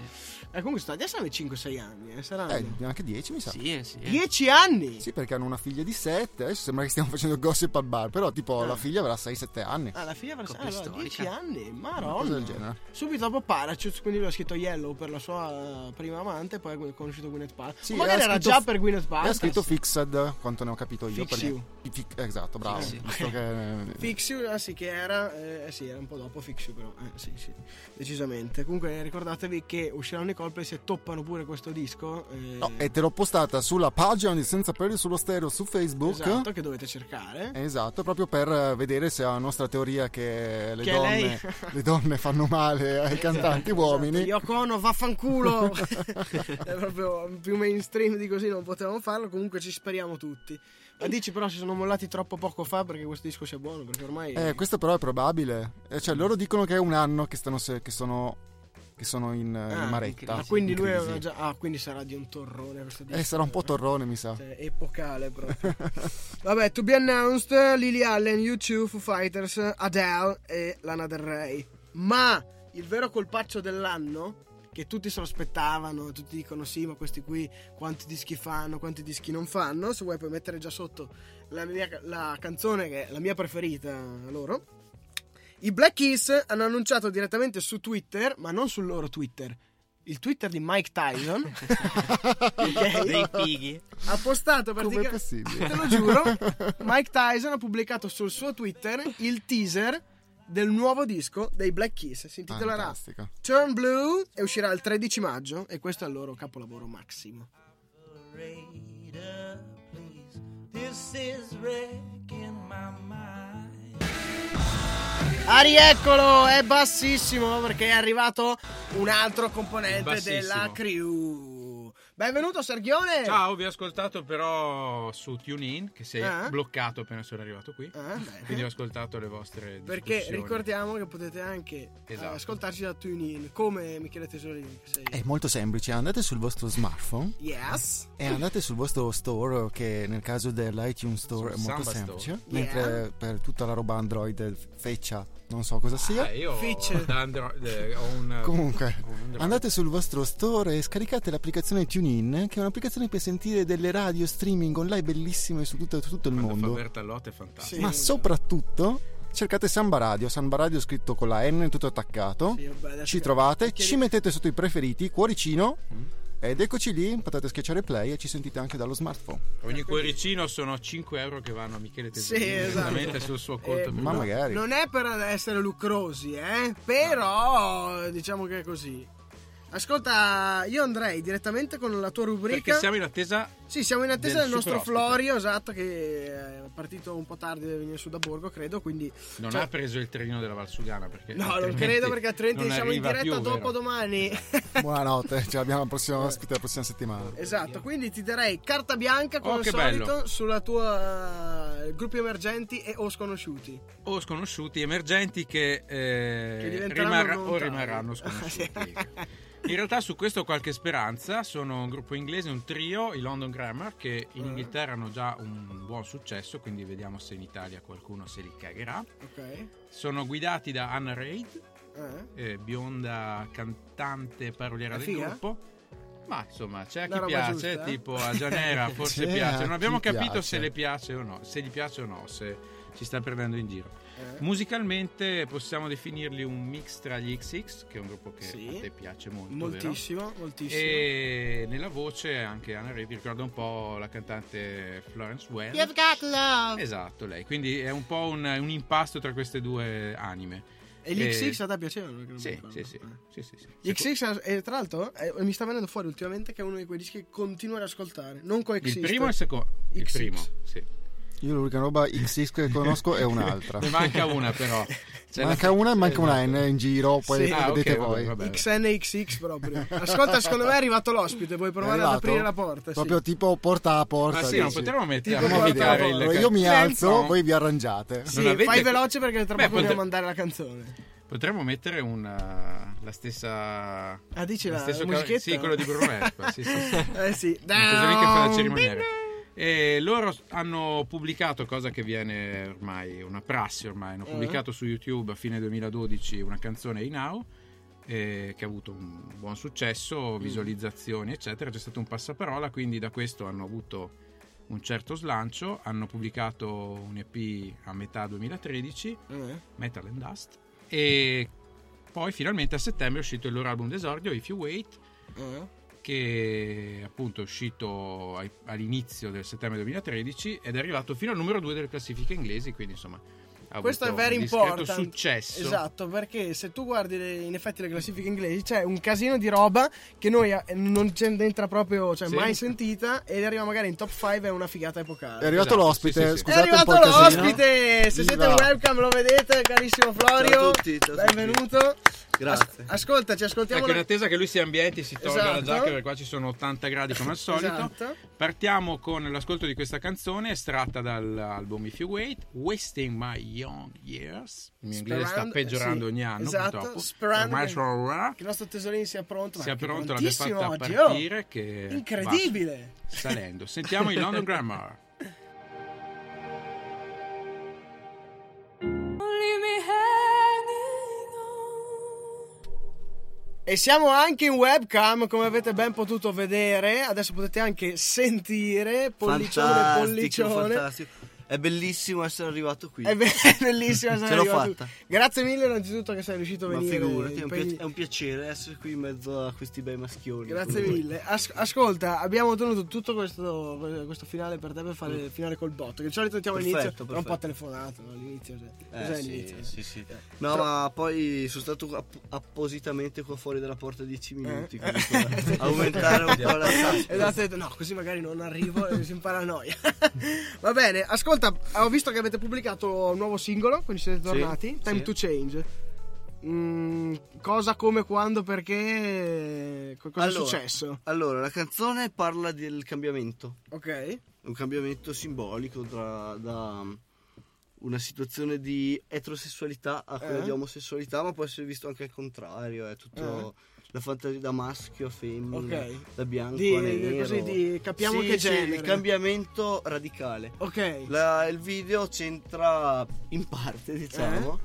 S3: Eh, comunque sta già saranno 5-6 anni, eh, saranno
S4: Eh, anche 10 mi sa.
S5: Sì, eh, sì.
S3: 10 anni.
S4: Sì, perché hanno una figlia di 7, adesso sembra che stiamo facendo gossip al bar, però tipo
S3: Ah.
S4: la figlia avrà 6-7 anni.
S3: Ah, la figlia avrà
S5: Coppia
S3: ah, allora,
S5: storica.
S3: 10 anni,
S4: Una cosa
S3: maronna.
S4: del genere.
S3: Subito dopo Parachutes, quindi lui ha scritto Yellow per la sua eh, prima amante, poi ha conosciuto Gwyneth Paltrow.
S4: Sì,
S3: O magari
S4: ha
S3: era
S4: scritto-
S3: già per Gwyneth
S4: E
S3: Paltrow.
S4: ha scritto Fixed, quanto ne ho capito io.
S3: Fix
S4: perché-
S3: You.
S4: Fi- esatto, bravo.
S5: Sì, sì.
S4: Visto che-
S3: Fix You, ah sì, che era, eh, eh, sì, era un po' dopo Fix You, però, eh, sì, sì, decisamente. Comunque ricordatevi che usciranno i Coldplay se toppano pure questo disco. eh,
S4: No, e te l'ho postata sulla pagina di Senza Perdi sullo Stereo su Facebook.
S3: Esatto, che dovete cercare.
S4: Esatto, proprio per eh, vedere se la nostra teoria che le,
S3: Che
S4: donne,
S3: lei-
S4: le donne fanno male ai cantanti uomini.
S3: Esatto, Yoko Ono vaffanculo è proprio più mainstream di così non potevamo farlo comunque ci speriamo tutti ma dici però si sono mollati troppo poco fa perché questo disco sia buono perché ormai
S4: Eh, questo però è probabile. Eh, Cioè, loro dicono che è un anno che, stanno se- che sono, che sono in, eh, in
S3: Ah, in
S4: maretta.
S3: ah, quindi
S4: in
S3: lui
S4: crisi.
S3: era già ah quindi sarà di un torrone questo disco
S4: Eh, sarà un po' torrone, mi sa.
S3: Cioè, epocale proprio vabbè to be announced Lily Allen U2 Foo Fighters Adele e Lana Del Rey ma il vero colpaccio dell'anno che tutti se lo aspettavano tutti dicono sì ma questi qui quanti dischi fanno quanti dischi non fanno se vuoi puoi mettere già sotto la, mia, la canzone che è la mia preferita loro i Black Keys hanno annunciato direttamente su Twitter ma non sul loro Twitter il Twitter di Mike Tyson ok?
S5: Dei fighi.
S3: ha postato
S4: Com'è
S3: praticamente
S4: possibile?
S3: te lo giuro Mike Tyson ha pubblicato sul suo Twitter il teaser del nuovo disco dei Black Keys si intitolerà
S4: Fantastico.
S3: Turn Blue e uscirà il 13 maggio e questo è il loro capolavoro massimo
S6: Operator, please. This is wrecking my mind.
S3: Ah, rieccolo, è bassissimo perché è arrivato un altro componente
S7: Bassissimo.
S3: della crew. Benvenuto Sergione.
S7: Ciao, vi ho ascoltato però su TuneIn, che si è
S3: Ah.
S7: bloccato appena sono arrivato qui.
S3: Ah, bene.
S7: Quindi ho ascoltato le vostre
S3: Perché
S7: discussioni.
S3: ricordiamo che potete anche eh,
S7: Esatto. Eh,
S3: ascoltarci da TuneIn, come Michele Tesolini. che sei-
S4: È molto semplice, andate sul vostro smartphone
S3: Yes.
S4: e andate sul vostro store che nel caso dell'iTunes Store
S7: Sul
S4: è molto
S7: Samba
S4: semplice,
S3: Yeah.
S4: mentre per tutta la roba Android feccia non so cosa sia.
S7: Eh, io
S3: Fitch.
S7: da Android eh, ho un...
S4: Comunque,
S7: ho un Android.
S4: andate sul vostro store e scaricate l'applicazione TuneIn, che è un'applicazione per sentire delle radio streaming online bellissime su tutto, tutto il
S7: Quando fa
S4: mondo.
S7: Bertalotti è fantastico.
S3: Sì.
S4: Ma soprattutto cercate Samba Radio, Samba Radio scritto con la N tutto attaccato.
S3: Sì, vabbè, adesso
S4: Ci
S3: che-
S4: trovate,
S3: che-
S4: ci mettete sotto i preferiti, cuoricino. Ed eccoci lì, potete schiacciare play e ci sentite anche dallo smartphone.
S7: Ogni cuoricino sono 5 euro che vanno a Michele
S3: Sì,
S7: Tesolini
S3: esatto.
S7: direttamente sul suo conto.
S3: Eh,
S4: Ma
S7: privato.
S4: magari.
S3: Non è per essere lucrosi, eh? Però diciamo che è così. Ascolta, io andrei direttamente con la tua rubrica.
S7: Perché siamo in attesa
S3: Sì, siamo in attesa del,
S7: Del
S3: nostro
S7: super ospite.
S3: Florio, esatto, che è partito un po' tardi deve venire su da Borgo, credo, quindi...
S7: Non
S3: Cioè-
S7: ha preso il treno della Valsugana perché
S3: No, non
S7: Eh, altrimenti
S3: credo perché altrimenti
S7: non
S3: siamo in
S7: arriva
S3: diretta
S7: più,
S3: dopo
S7: vero? Esatto.
S3: domani.
S4: Buonanotte, ce l'abbiamo la prossima ospite la prossima settimana.
S3: esatto, quindi ti darei carta bianca come
S7: Oh,
S3: al
S7: che
S3: solito
S7: bello.
S3: sulla tua eh, gruppi emergenti e o sconosciuti.
S7: O sconosciuti emergenti che, eh,
S3: Che diventeranno
S7: rimarrà-
S3: non
S7: o
S3: tali.
S7: rimarranno sconosciuti. In realtà su questo ho qualche speranza, sono un gruppo inglese, un trio, i London Grammar, che in
S3: Eh.
S7: Inghilterra hanno già un buon successo, quindi vediamo se in Italia qualcuno se li cagherà.
S3: Ok. Eh?
S7: Sono guidati da Anna Reid, eh, bionda cantante e paroliera
S3: È
S7: del
S3: figa?
S7: gruppo. Ma insomma, c'è a
S3: La
S7: chi
S3: roba
S7: piace,
S3: giusta, eh?
S7: tipo a Gianera forse
S4: C'è a
S7: piace. Non
S4: chi
S7: abbiamo capito
S4: piace.
S7: se le piace o no, se gli piace o no, se ci sta prendendo in giro.
S3: Eh?
S7: Musicalmente possiamo definirli un mix tra gli XX, che è un gruppo che
S3: Sì.
S7: a te piace molto, vero?
S3: Moltissimo, moltissimo.
S7: E nella voce anche Anna Ray ricorda un po' la cantante Florence Welch. Esatto, lei. Quindi è un po' un, un impasto tra queste due anime.
S3: E gli
S7: eh,
S3: XX a te piacevano? perché non mi
S7: Sì,
S3: ricordo.
S7: sì, sì.
S3: Eh.
S7: sì, sì, sì.
S3: Gli XX, e tra l'altro, eh, mi sta venendo fuori ultimamente che è uno di quei dischi che continuo ad ascoltare. Non coexiste.
S7: Il primo e il secondo. Il
S3: XX.
S7: primo, sì.
S4: Io l'unica roba XX che conosco è un'altra.
S7: Ne manca una però. Cioè, C'è la-
S4: manca una e manca una
S7: Esatto.
S4: N in giro, poi
S3: Sì.
S7: Ah, ok,
S4: vedete
S7: vabbè,
S4: voi.
S7: vabbè.
S3: XNXX proprio. Ascolta, secondo me è arrivato l'ospite, puoi
S4: È
S3: provare ad
S4: arrivato?
S3: aprire la porta. sì.
S4: Proprio tipo porta a porta.
S7: Ah sì, non
S4: dici.
S7: potremmo mettere
S3: Tipo
S7: a
S3: porta
S7: portare
S3: a
S7: il
S4: Allora, io mi
S7: Senza-
S4: alzo, voi vi arrangiate.
S3: Sì,
S7: non avete-
S3: fai veloce perché tra poco
S7: Beh, potre-
S3: dobbiamo mandare la canzone.
S7: Potremmo mettere una la stessa
S3: Ah, dici
S7: lo
S3: la,
S7: stesso
S3: la
S7: ca-
S3: musichetta?
S7: Sì, quello di Bruno Vespa, sì, sì.
S3: eh sì.
S7: Cosa lì che fa la
S3: Down.
S7: cerimoniale. E loro hanno pubblicato, cosa che viene ormai una prassi ormai, hanno
S3: Eh.
S7: pubblicato su YouTube a fine 2012 una canzone in now eh, che ha avuto un buon successo, visualizzazioni eccetera, c'è stato un passaparola, quindi da questo hanno avuto un certo slancio, hanno pubblicato un EP a metà 2013
S3: Eh,
S7: Metal and Dust. E poi finalmente a settembre è uscito il loro album d'esordio, If You Wait,
S3: eh.
S7: che appunto è uscito ai- all'inizio del settembre 2013 ed è arrivato fino al numero 2 delle classifiche inglesi, quindi insomma ha
S3: Questo è
S7: avuto
S3: very
S7: un discreto
S3: important.
S7: successo.
S3: Esatto, perché se tu guardi le- in effetti le classifiche inglesi c'è un casino di roba che noi eh, non c'è entra proprio, cioè
S7: Sì.
S3: mai sentita ed arriva magari in top 5 è una figata epocale.
S4: È arrivato
S7: Esatto,
S4: l'ospite,
S7: sì, sì, sì.
S4: scusate
S3: è arrivato
S4: un po' il casino.
S3: l'ospite! Se siete in
S4: Viva.
S3: webcam lo vedete, carissimo Florio.
S8: Ciao a tutti, ciao a tutti.
S3: Benvenuto.
S8: Grazie.
S3: As- ascolta, ci ascoltiamo.
S7: Ecco, in attesa che lui si ambienti, si tolga la
S3: Esatto.
S7: giacca perché qua ci sono 80 gradi come al solito.
S3: Esatto.
S7: Partiamo con l'ascolto di questa canzone estratta dall'album If You Wait, Wasting My Young Years. Il mio inglese sta
S3: Sperando-
S7: peggiorando
S3: sì,
S7: ogni anno,
S3: esatto,
S7: purtroppo.
S3: sperando
S7: Ormai
S3: che-
S7: sono-
S3: Che il nostro tesorino sia pronto. ma
S7: sia
S3: che
S7: pronto, l'abbiamo
S3: prontissimo
S7: fatta
S3: oggi, oh!
S7: partire che
S3: Incredibile!
S7: va salendo. Sentiamo i London Grammar.
S3: E siamo anche in webcam, come avete ben potuto vedere. Adesso potete anche sentire pollicione,
S8: fantastico,
S3: pollicione.
S8: fantastico. È bellissimo essere arrivato qui.
S3: È, be- è bellissimo. essere
S8: Ce l'ho
S3: arrivato.
S8: fatta.
S3: Grazie mille, innanzitutto, che sei riuscito a
S8: Ma
S3: venire.
S8: figurati, è un,
S3: Poi-
S8: pia- è un piacere essere qui in mezzo a questi bei maschioni.
S3: Grazie mille. As- ascolta, abbiamo ottenuto tutto questo, questo finale per te per fare il finale col botto. Che di solito mettiamo all'inizio,
S8: Mm. Perfetto,
S3: però un po'
S8: perfetto.
S3: telefonato no? all'inizio. cioè,
S8: Eh,
S3: cos'è
S8: sì,
S3: l'inizio?
S8: sì, sì. No,
S3: Tra-
S8: ma poi sono stato app- appositamente qua fuori dalla porta 10 minuti.
S3: Eh?
S8: quindi per Aumentare un po' la tasca.
S3: Esatto, ho detto, no, così magari non arrivo e si impara a noia. Va bene, ascolta, ho visto che avete pubblicato un nuovo singolo, quindi siete tornati. Time
S8: sì.
S3: to change. Mm, cosa, come, quando, perché? co- Cosa è
S8: Allora.
S3: successo?
S8: Allora, la canzone parla del cambiamento.
S3: Ok.
S8: un cambiamento simbolico tra, da una situazione di eterosessualità a quella
S3: Eh.
S8: di omosessualità, ma può essere visto anche al contrario, è tutto la fantasia da maschio a femmina,
S3: Eh? Ok.
S8: da bianco
S3: Di-
S8: a nero.
S3: così di- capiamo
S8: Sì,
S3: che
S8: sì,
S3: genere.
S8: il cambiamento radicale.
S3: Ok.
S8: La- il video c'entra in parte, diciamo,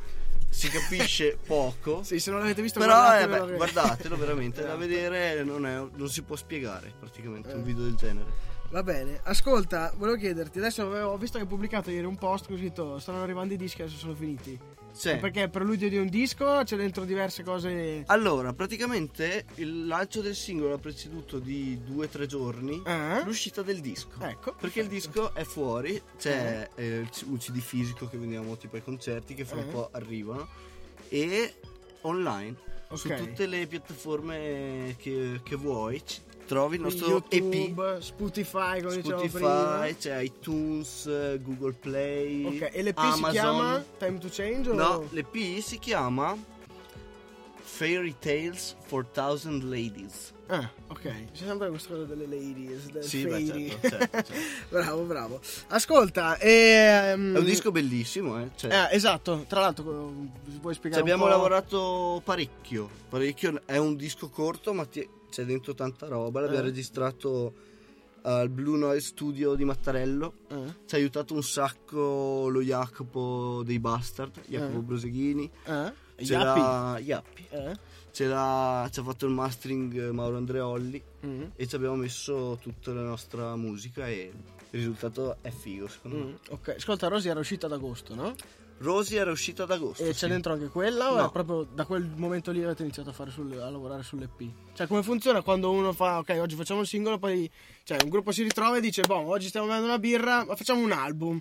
S8: si capisce poco.
S3: Eh? Sì, se non l'avete visto,
S8: Però eh,
S3: guardatevelo
S8: beh,
S3: che-
S8: guardatelo veramente, da
S3: Esatto.
S8: vedere non, è- non si può spiegare praticamente
S3: Eh.
S8: un video del genere.
S3: Va bene, ascolta, volevo chiederti, adesso avevo- ho visto che hai pubblicato ieri un post che ho scritto stanno arrivando i dischi, adesso sono finiti.
S8: Cioè,
S3: Perché è preludio di un disco, c'è dentro diverse cose...
S8: Allora, praticamente il lancio del singolo ha preceduto di 2-3 giorni
S3: Ah?
S8: l'uscita del disco.
S3: Ecco.
S8: Perché il
S3: perfetto.
S8: disco è fuori, c'è eh, il C- un CD fisico che vendiamo tipo ai concerti che fra un
S3: Eh.
S8: po' arrivano e online
S3: Ok.
S8: su tutte le piattaforme che, che vuoi. C- trovi il nostro EP.
S3: YouTube, Spotify, come dicevamo prima.
S8: Spotify, c'è iTunes, eh, Google Play.
S3: Ok, e l'EP
S8: Amazon.
S3: si chiama Time to Change? o-
S8: No, l'EP si chiama Fairy Tales for Thousand Ladies.
S3: Ah, ok. C'è sempre questa cosa delle ladies, del
S8: Sì, beh,
S3: Eh, fairy.
S8: certo, certo, certo.
S3: bravo, bravo. Ascolta, ehm...
S8: È un disco bellissimo, eh. Cioè,
S3: Eh, esatto, tra l'altro eh, puoi
S8: ci
S3: spiegare un
S8: abbiamo
S3: po'?
S8: lavorato parecchio. Parecchio è un disco corto, ma ti- c'è dentro tanta roba. L'abbiamo
S3: Eh.
S8: registrato al Blue Noise Studio di Mattarello.
S3: Eh,
S8: Ci ha aiutato un sacco lo Jacopo dei Bastard, Jacopo
S3: Eh.
S8: Broseghini.
S3: eh,
S8: C'era Iappi.
S3: Yappi, eh,
S8: C'era- Ci ha fatto il mastering eh, Mauro Andreolli
S3: mm,
S8: e ci abbiamo messo tutta la nostra musica e il risultato è figo secondo me.
S3: mm, ok, ascolta, Rosy era uscita ad agosto, no?
S8: Rosy era uscita ad agosto.
S3: E
S8: sì.
S3: c'è dentro anche quella o
S8: No.
S3: è proprio da quel momento lì avete iniziato a, fare sul- a lavorare sull'EP? Cioè come funziona quando uno fa ok oggi facciamo un singolo poi cioè un gruppo si ritrova e dice boh oggi stiamo bevendo una birra ma facciamo un album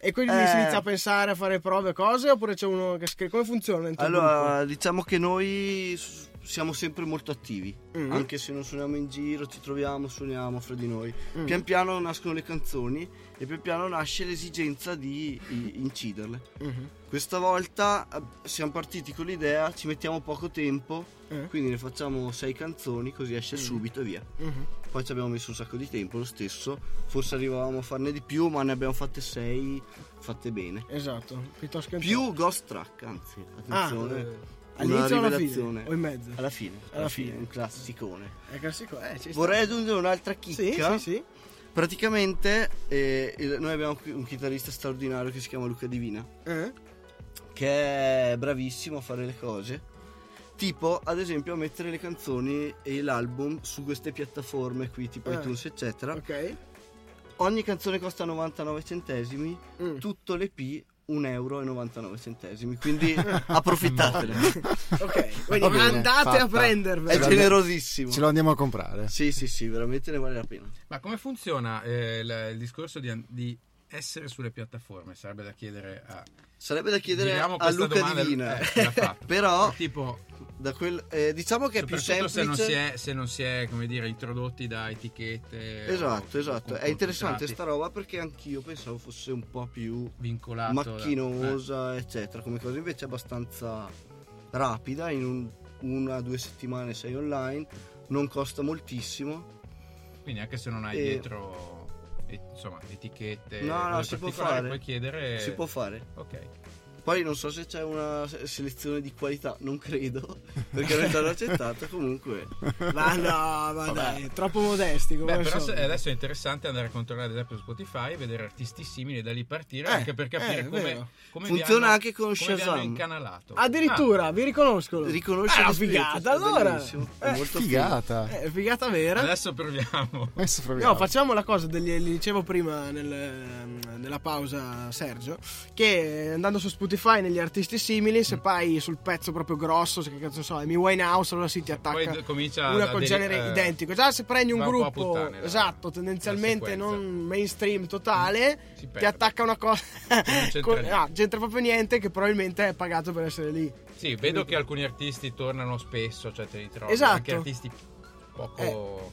S3: e quindi
S8: Eh.
S3: si inizia a pensare a fare prove e cose oppure c'è uno che scrive come funziona dentro il
S8: Allora, diciamo che noi s- siamo sempre molto attivi,
S3: Mm.
S8: anche se non suoniamo in giro, ci troviamo, suoniamo fra di noi.
S3: Mm.
S8: Pian piano nascono le canzoni e pian piano nasce l'esigenza di i- inciderle.
S3: gruppo? Mhm.
S8: Questa volta eh, siamo partiti con l'idea, ci mettiamo poco tempo,
S3: Eh. Mm.
S8: quindi ne facciamo sei canzoni, così esce subito e via.
S3: Mhm.
S8: Poi ci abbiamo messo un sacco di tempo lo stesso, forse arrivavamo a farne di più, ma ne abbiamo fatte sei fatte bene.
S3: esatto piuttosto che un
S8: Più ghost track, anzi,
S3: Ah,
S8: attenzione.
S3: eh,
S8: una
S3: all'inizio o alla fine
S8: rivelazione.
S3: o in mezzo
S8: Alla fine, alla,
S3: Alla
S8: fine,
S3: fine.
S8: un classicone.
S3: è classico eh ci sta.
S8: Vorrei aggiungere un'altra
S3: sì
S8: chicca.
S3: sì sì
S8: Praticamente eh, il- noi abbiamo qui un chitarrista straordinario che si chiama Luca Divina,
S3: Eh?
S8: che è bravissimo a fare le cose. Tipo, ad esempio, a mettere le canzoni e l'album su queste piattaforme qui, tipo
S3: Eh.
S8: iTunes, eccetera.
S3: ok
S8: Ogni canzone costa 99 centesimi,
S3: Mm.
S8: tutto l'EP 1,99 euro. Quindi approfittatene.
S3: ok quindi
S4: Va bene,
S3: andate a
S4: fatta.
S8: È
S3: prendervela
S8: generosissimo.
S4: Ce lo andiamo a comprare.
S8: Sì, sì, sì, veramente ne vale la pena.
S7: Ma come funziona eh, il, il discorso di, di essere sulle piattaforme? Sarebbe da chiedere a...
S8: Sarebbe da chiedere
S7: Giriamo
S8: a
S7: questa
S8: Luca
S7: domanda,
S8: Divina.
S7: eh, chi l'ha fatta?
S8: Però,
S7: Tipo,
S8: da quel- eh, diciamo che è più
S7: soprattutto
S8: semplice.
S7: se non, si è, se non si è, come dire, introdotti da etichette. o-
S8: Esatto,
S7: o
S8: esatto.
S7: con-
S8: È
S7: con
S8: interessante
S7: contratti
S8: sta roba perché anch'io pensavo fosse un po' più
S7: Vincolato. da-
S8: macchinosa, eccetera. Come cosa invece è abbastanza rapida. In un- una o due settimane sei online. Non costa moltissimo.
S7: eh, quindi anche se non hai
S8: E-
S7: dietro... e- Insomma, etichette
S8: no, no,
S7: cose
S8: si può
S7: particolari,
S8: fare.
S7: Puoi chiedere.
S8: Si può fare.
S7: Ok.
S8: Poi non so se c'è una se- selezione di qualità, non credo, perché non è stata accettata. Comunque,
S3: ma no ma dai troppo modesti come
S7: Beh, però
S3: sono.
S7: se- adesso è interessante andare a controllare ad esempio su Spotify, vedere artisti simili e da lì partire
S3: Eh,
S7: anche per capire
S3: eh, è
S7: come,
S3: vero.
S7: come vi
S8: Funziona
S7: hanno-
S8: anche con
S7: come vi hanno
S8: Shazam.
S7: incanalato.
S3: Addirittura,
S7: Ah.
S3: vi riconosco.
S8: riconosce
S3: Ah,
S8: la
S3: figata, allora.
S8: È molto figo.
S4: Figata.
S3: Eh, figata
S7: Ah,
S3: vera.
S7: adesso proviamo.
S4: Adesso proviamo.
S3: No, facciamo la cosa, degli, li dicevo prima nel, ehm, nella pausa Sergio, che andando su Spotify negli artisti simili,
S7: Mm.
S3: se vai sul pezzo proprio grosso, se che cazzo so, Amy Winehouse, allora sì ti attacca
S7: Poi comincia
S3: una
S7: la
S3: col
S7: deri-
S3: genere
S7: eh,
S3: identico. Già se prendi un
S7: va un po' a
S3: gruppo,
S7: puttane la-
S3: esatto,
S7: la
S3: tendenzialmente
S7: sequenza. Mm,
S3: non mainstream totale,
S7: Si
S3: ti
S7: perde.
S3: attacca una cosa...
S7: c'entra
S3: con-
S7: niente.
S3: ah, c'entra proprio niente che probabilmente è pagato per essere lì.
S7: Sì, vedo che alcuni artisti tornano spesso, cioè te li trovi.
S3: Esatto.
S7: Anche artisti poco.
S3: Eh,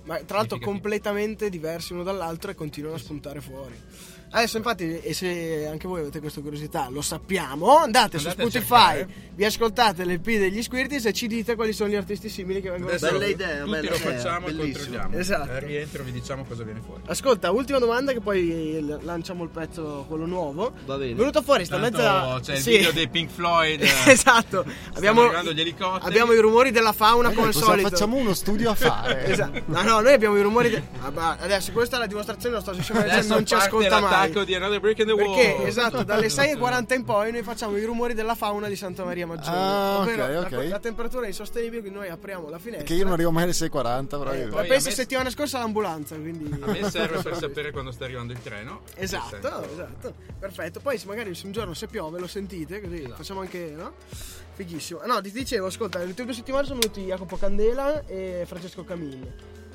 S3: Ma tra l'altro
S7: significativi.
S3: completamente diversi uno dall'altro e continuano a spuntare fuori. Adesso infatti, e se anche voi avete questa curiosità, lo sappiamo, andate, su
S7: Andate a
S3: Spotify,
S7: cercare.
S3: vi ascoltate l'EP degli Squirtis e ci dite quali sono gli artisti simili che vengono
S7: Adesso
S8: Bella
S7: lo-
S8: idea,
S7: tutti
S8: bella
S7: lo
S8: idea,
S7: facciamo e
S8: bellissimo.
S7: controlliamo.
S3: Esatto.
S7: Al rientro vi diciamo cosa viene fuori.
S3: Ascolta, ultima domanda che poi l- lanciamo il pezzo, quello nuovo.
S8: Va bene.
S3: Venuto fuori sta
S7: Tanto
S3: mezza...
S7: c'è il
S3: sì.
S7: video dei Pink Floyd.
S3: esatto, abbiamo,
S7: arrivando gli elicotteri.
S3: abbiamo i rumori della fauna
S4: Eh,
S3: come al
S4: cosa
S3: solito.
S4: facciamo uno studio a fare.
S3: Esatto. No, no, noi abbiamo i rumori. de- Ah, bah, adesso questa è la dimostrazione, lo sto dicendo,
S7: Adesso
S3: non ci
S7: parte
S3: ascolta mai.
S7: l'attacco di Another Break in the Wall.
S3: Perché esatto, dalle 6.40 in poi noi facciamo i rumori della fauna di Santa Maria Maggiore.
S4: Ah,
S3: ovvero
S4: ok,
S3: la-
S4: ok.
S3: La, temperatura è insostenibile, quindi noi apriamo la finestra.
S4: Che io non arrivo mai alle 6.40, però
S3: Eh,
S4: io-
S3: ma
S7: Poi
S3: pensa
S7: a me-
S3: settimana scorsa all'ambulanza, quindi.
S4: Ah,
S7: A me serve per sapere quando sta arrivando il treno. Nel
S3: Esatto,
S7: senso-
S3: esatto, perfetto. Poi se magari se un giorno se piove lo sentite, così
S8: Esatto.
S3: facciamo anche, no? Ah, Fighissimo. No, ti dicevo, ascolta, le ultime due settimane sono venuti Jacopo Candela e Francesco Camilli.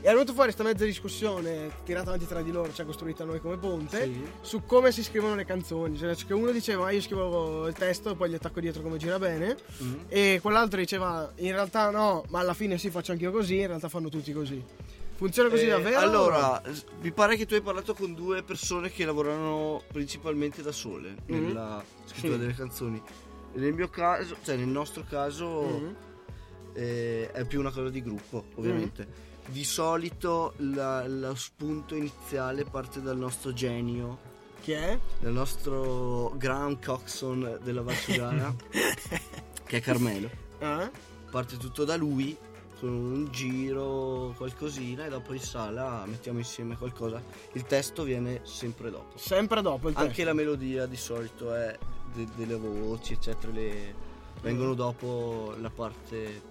S3: E è venuto fuori sta mezza discussione tirata avanti tra di loro, cioè costruita noi come ponte,
S8: Sì.
S3: su come si scrivono le canzoni. Cioè che uno diceva "Ah, io scrivo il testo, poi gli attacco dietro come gira bene,
S8: Mm.
S3: e quell'altro diceva in realtà no, ma alla fine sì faccio anch'io così, in realtà fanno tutti così. Funziona così
S8: Eh,
S3: davvero?
S8: Allora, s- mi pare che tu hai parlato con due persone che lavorano principalmente da sole
S3: Mhm.
S8: nella scrittura
S3: Sì.
S8: delle canzoni. E Nel mio caso, cioè nel nostro caso,
S3: Mhm.
S8: eh, è più una cosa di gruppo, ovviamente.
S3: Mm-hmm.
S8: Di solito la- lo spunto iniziale parte dal nostro genio,
S3: Chi è?
S8: dal nostro Graham Coxon della Valsugana, che è Carmelo
S3: Ah?
S8: parte tutto da lui con un giro, qualcosina e dopo in sala mettiamo insieme qualcosa. Il testo viene sempre dopo.
S3: Sempre dopo il
S8: Anche la melodia di solito è de- delle voci, eccetera, le- vengono dopo la parte
S3: testo.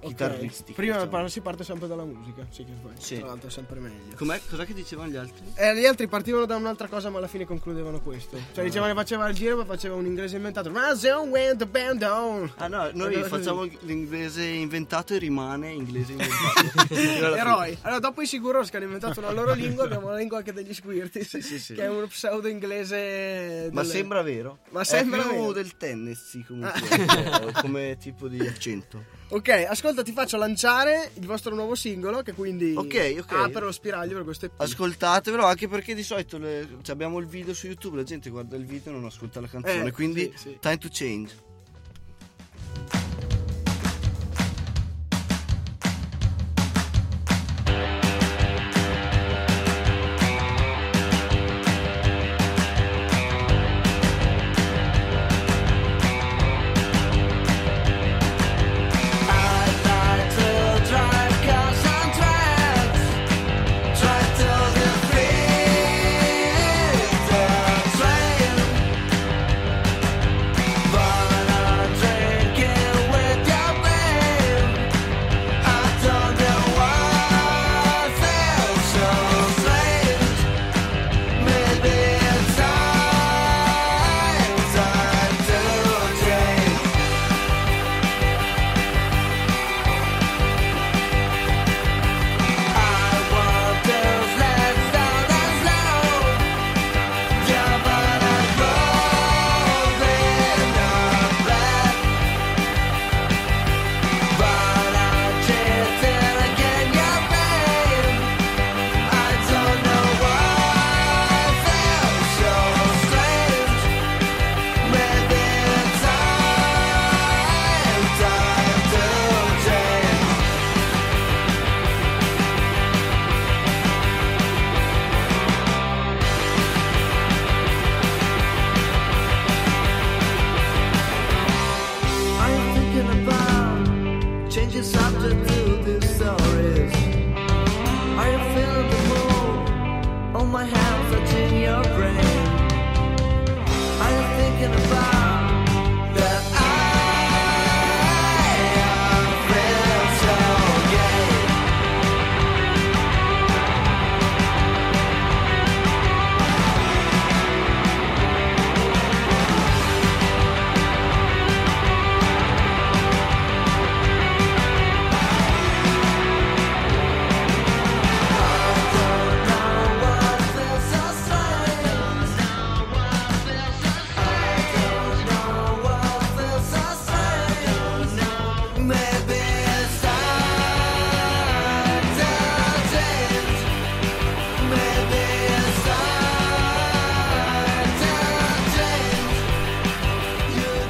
S3: Ok.
S8: chitarristica.
S3: Prima
S8: diciamo.
S3: si parte sempre dalla musica, sì che poi
S8: Sì.
S3: tra l'altro è sempre meglio.
S8: Com'è? Cos'è che dicevano gli altri?
S3: Eh, gli altri partivano da un'altra cosa, ma alla fine concludevano questo.
S8: Eh.
S3: Cioè, dicevano che faceva il giro, ma faceva un inglese inventato. Ma se un wind the band down.
S8: Ah no, noi
S3: Allora,
S8: facciamo l'inglese inventato e rimane inglese inventato. Fino alla fine.
S3: Eroi. Allora, dopo i Siguros che hanno inventato una loro lingua, abbiamo la lingua anche degli squirti.
S8: sì, sì.
S3: Che è uno pseudo inglese.
S8: Ma
S3: delle-
S8: sembra vero.
S3: Ma sembra
S8: è più
S3: vero.
S8: del Tennessee comunque, eh, come tipo di accento.
S3: Ok, ascolta, ti faccio lanciare il vostro nuovo singolo. Che quindi
S8: Ok, ok.
S3: apre lo spiraglio per questo EP.
S8: Ascoltatevelo anche perché di solito le- cioè, abbiamo il video su YouTube, la gente guarda il video e non ascolta la canzone,
S3: Eh,
S8: quindi
S3: sì, sì.
S8: time to change. I'm thinking about changing subject to these stories. I feel the moon on my hands touching your brain. I'm thinking about that I feel so gay.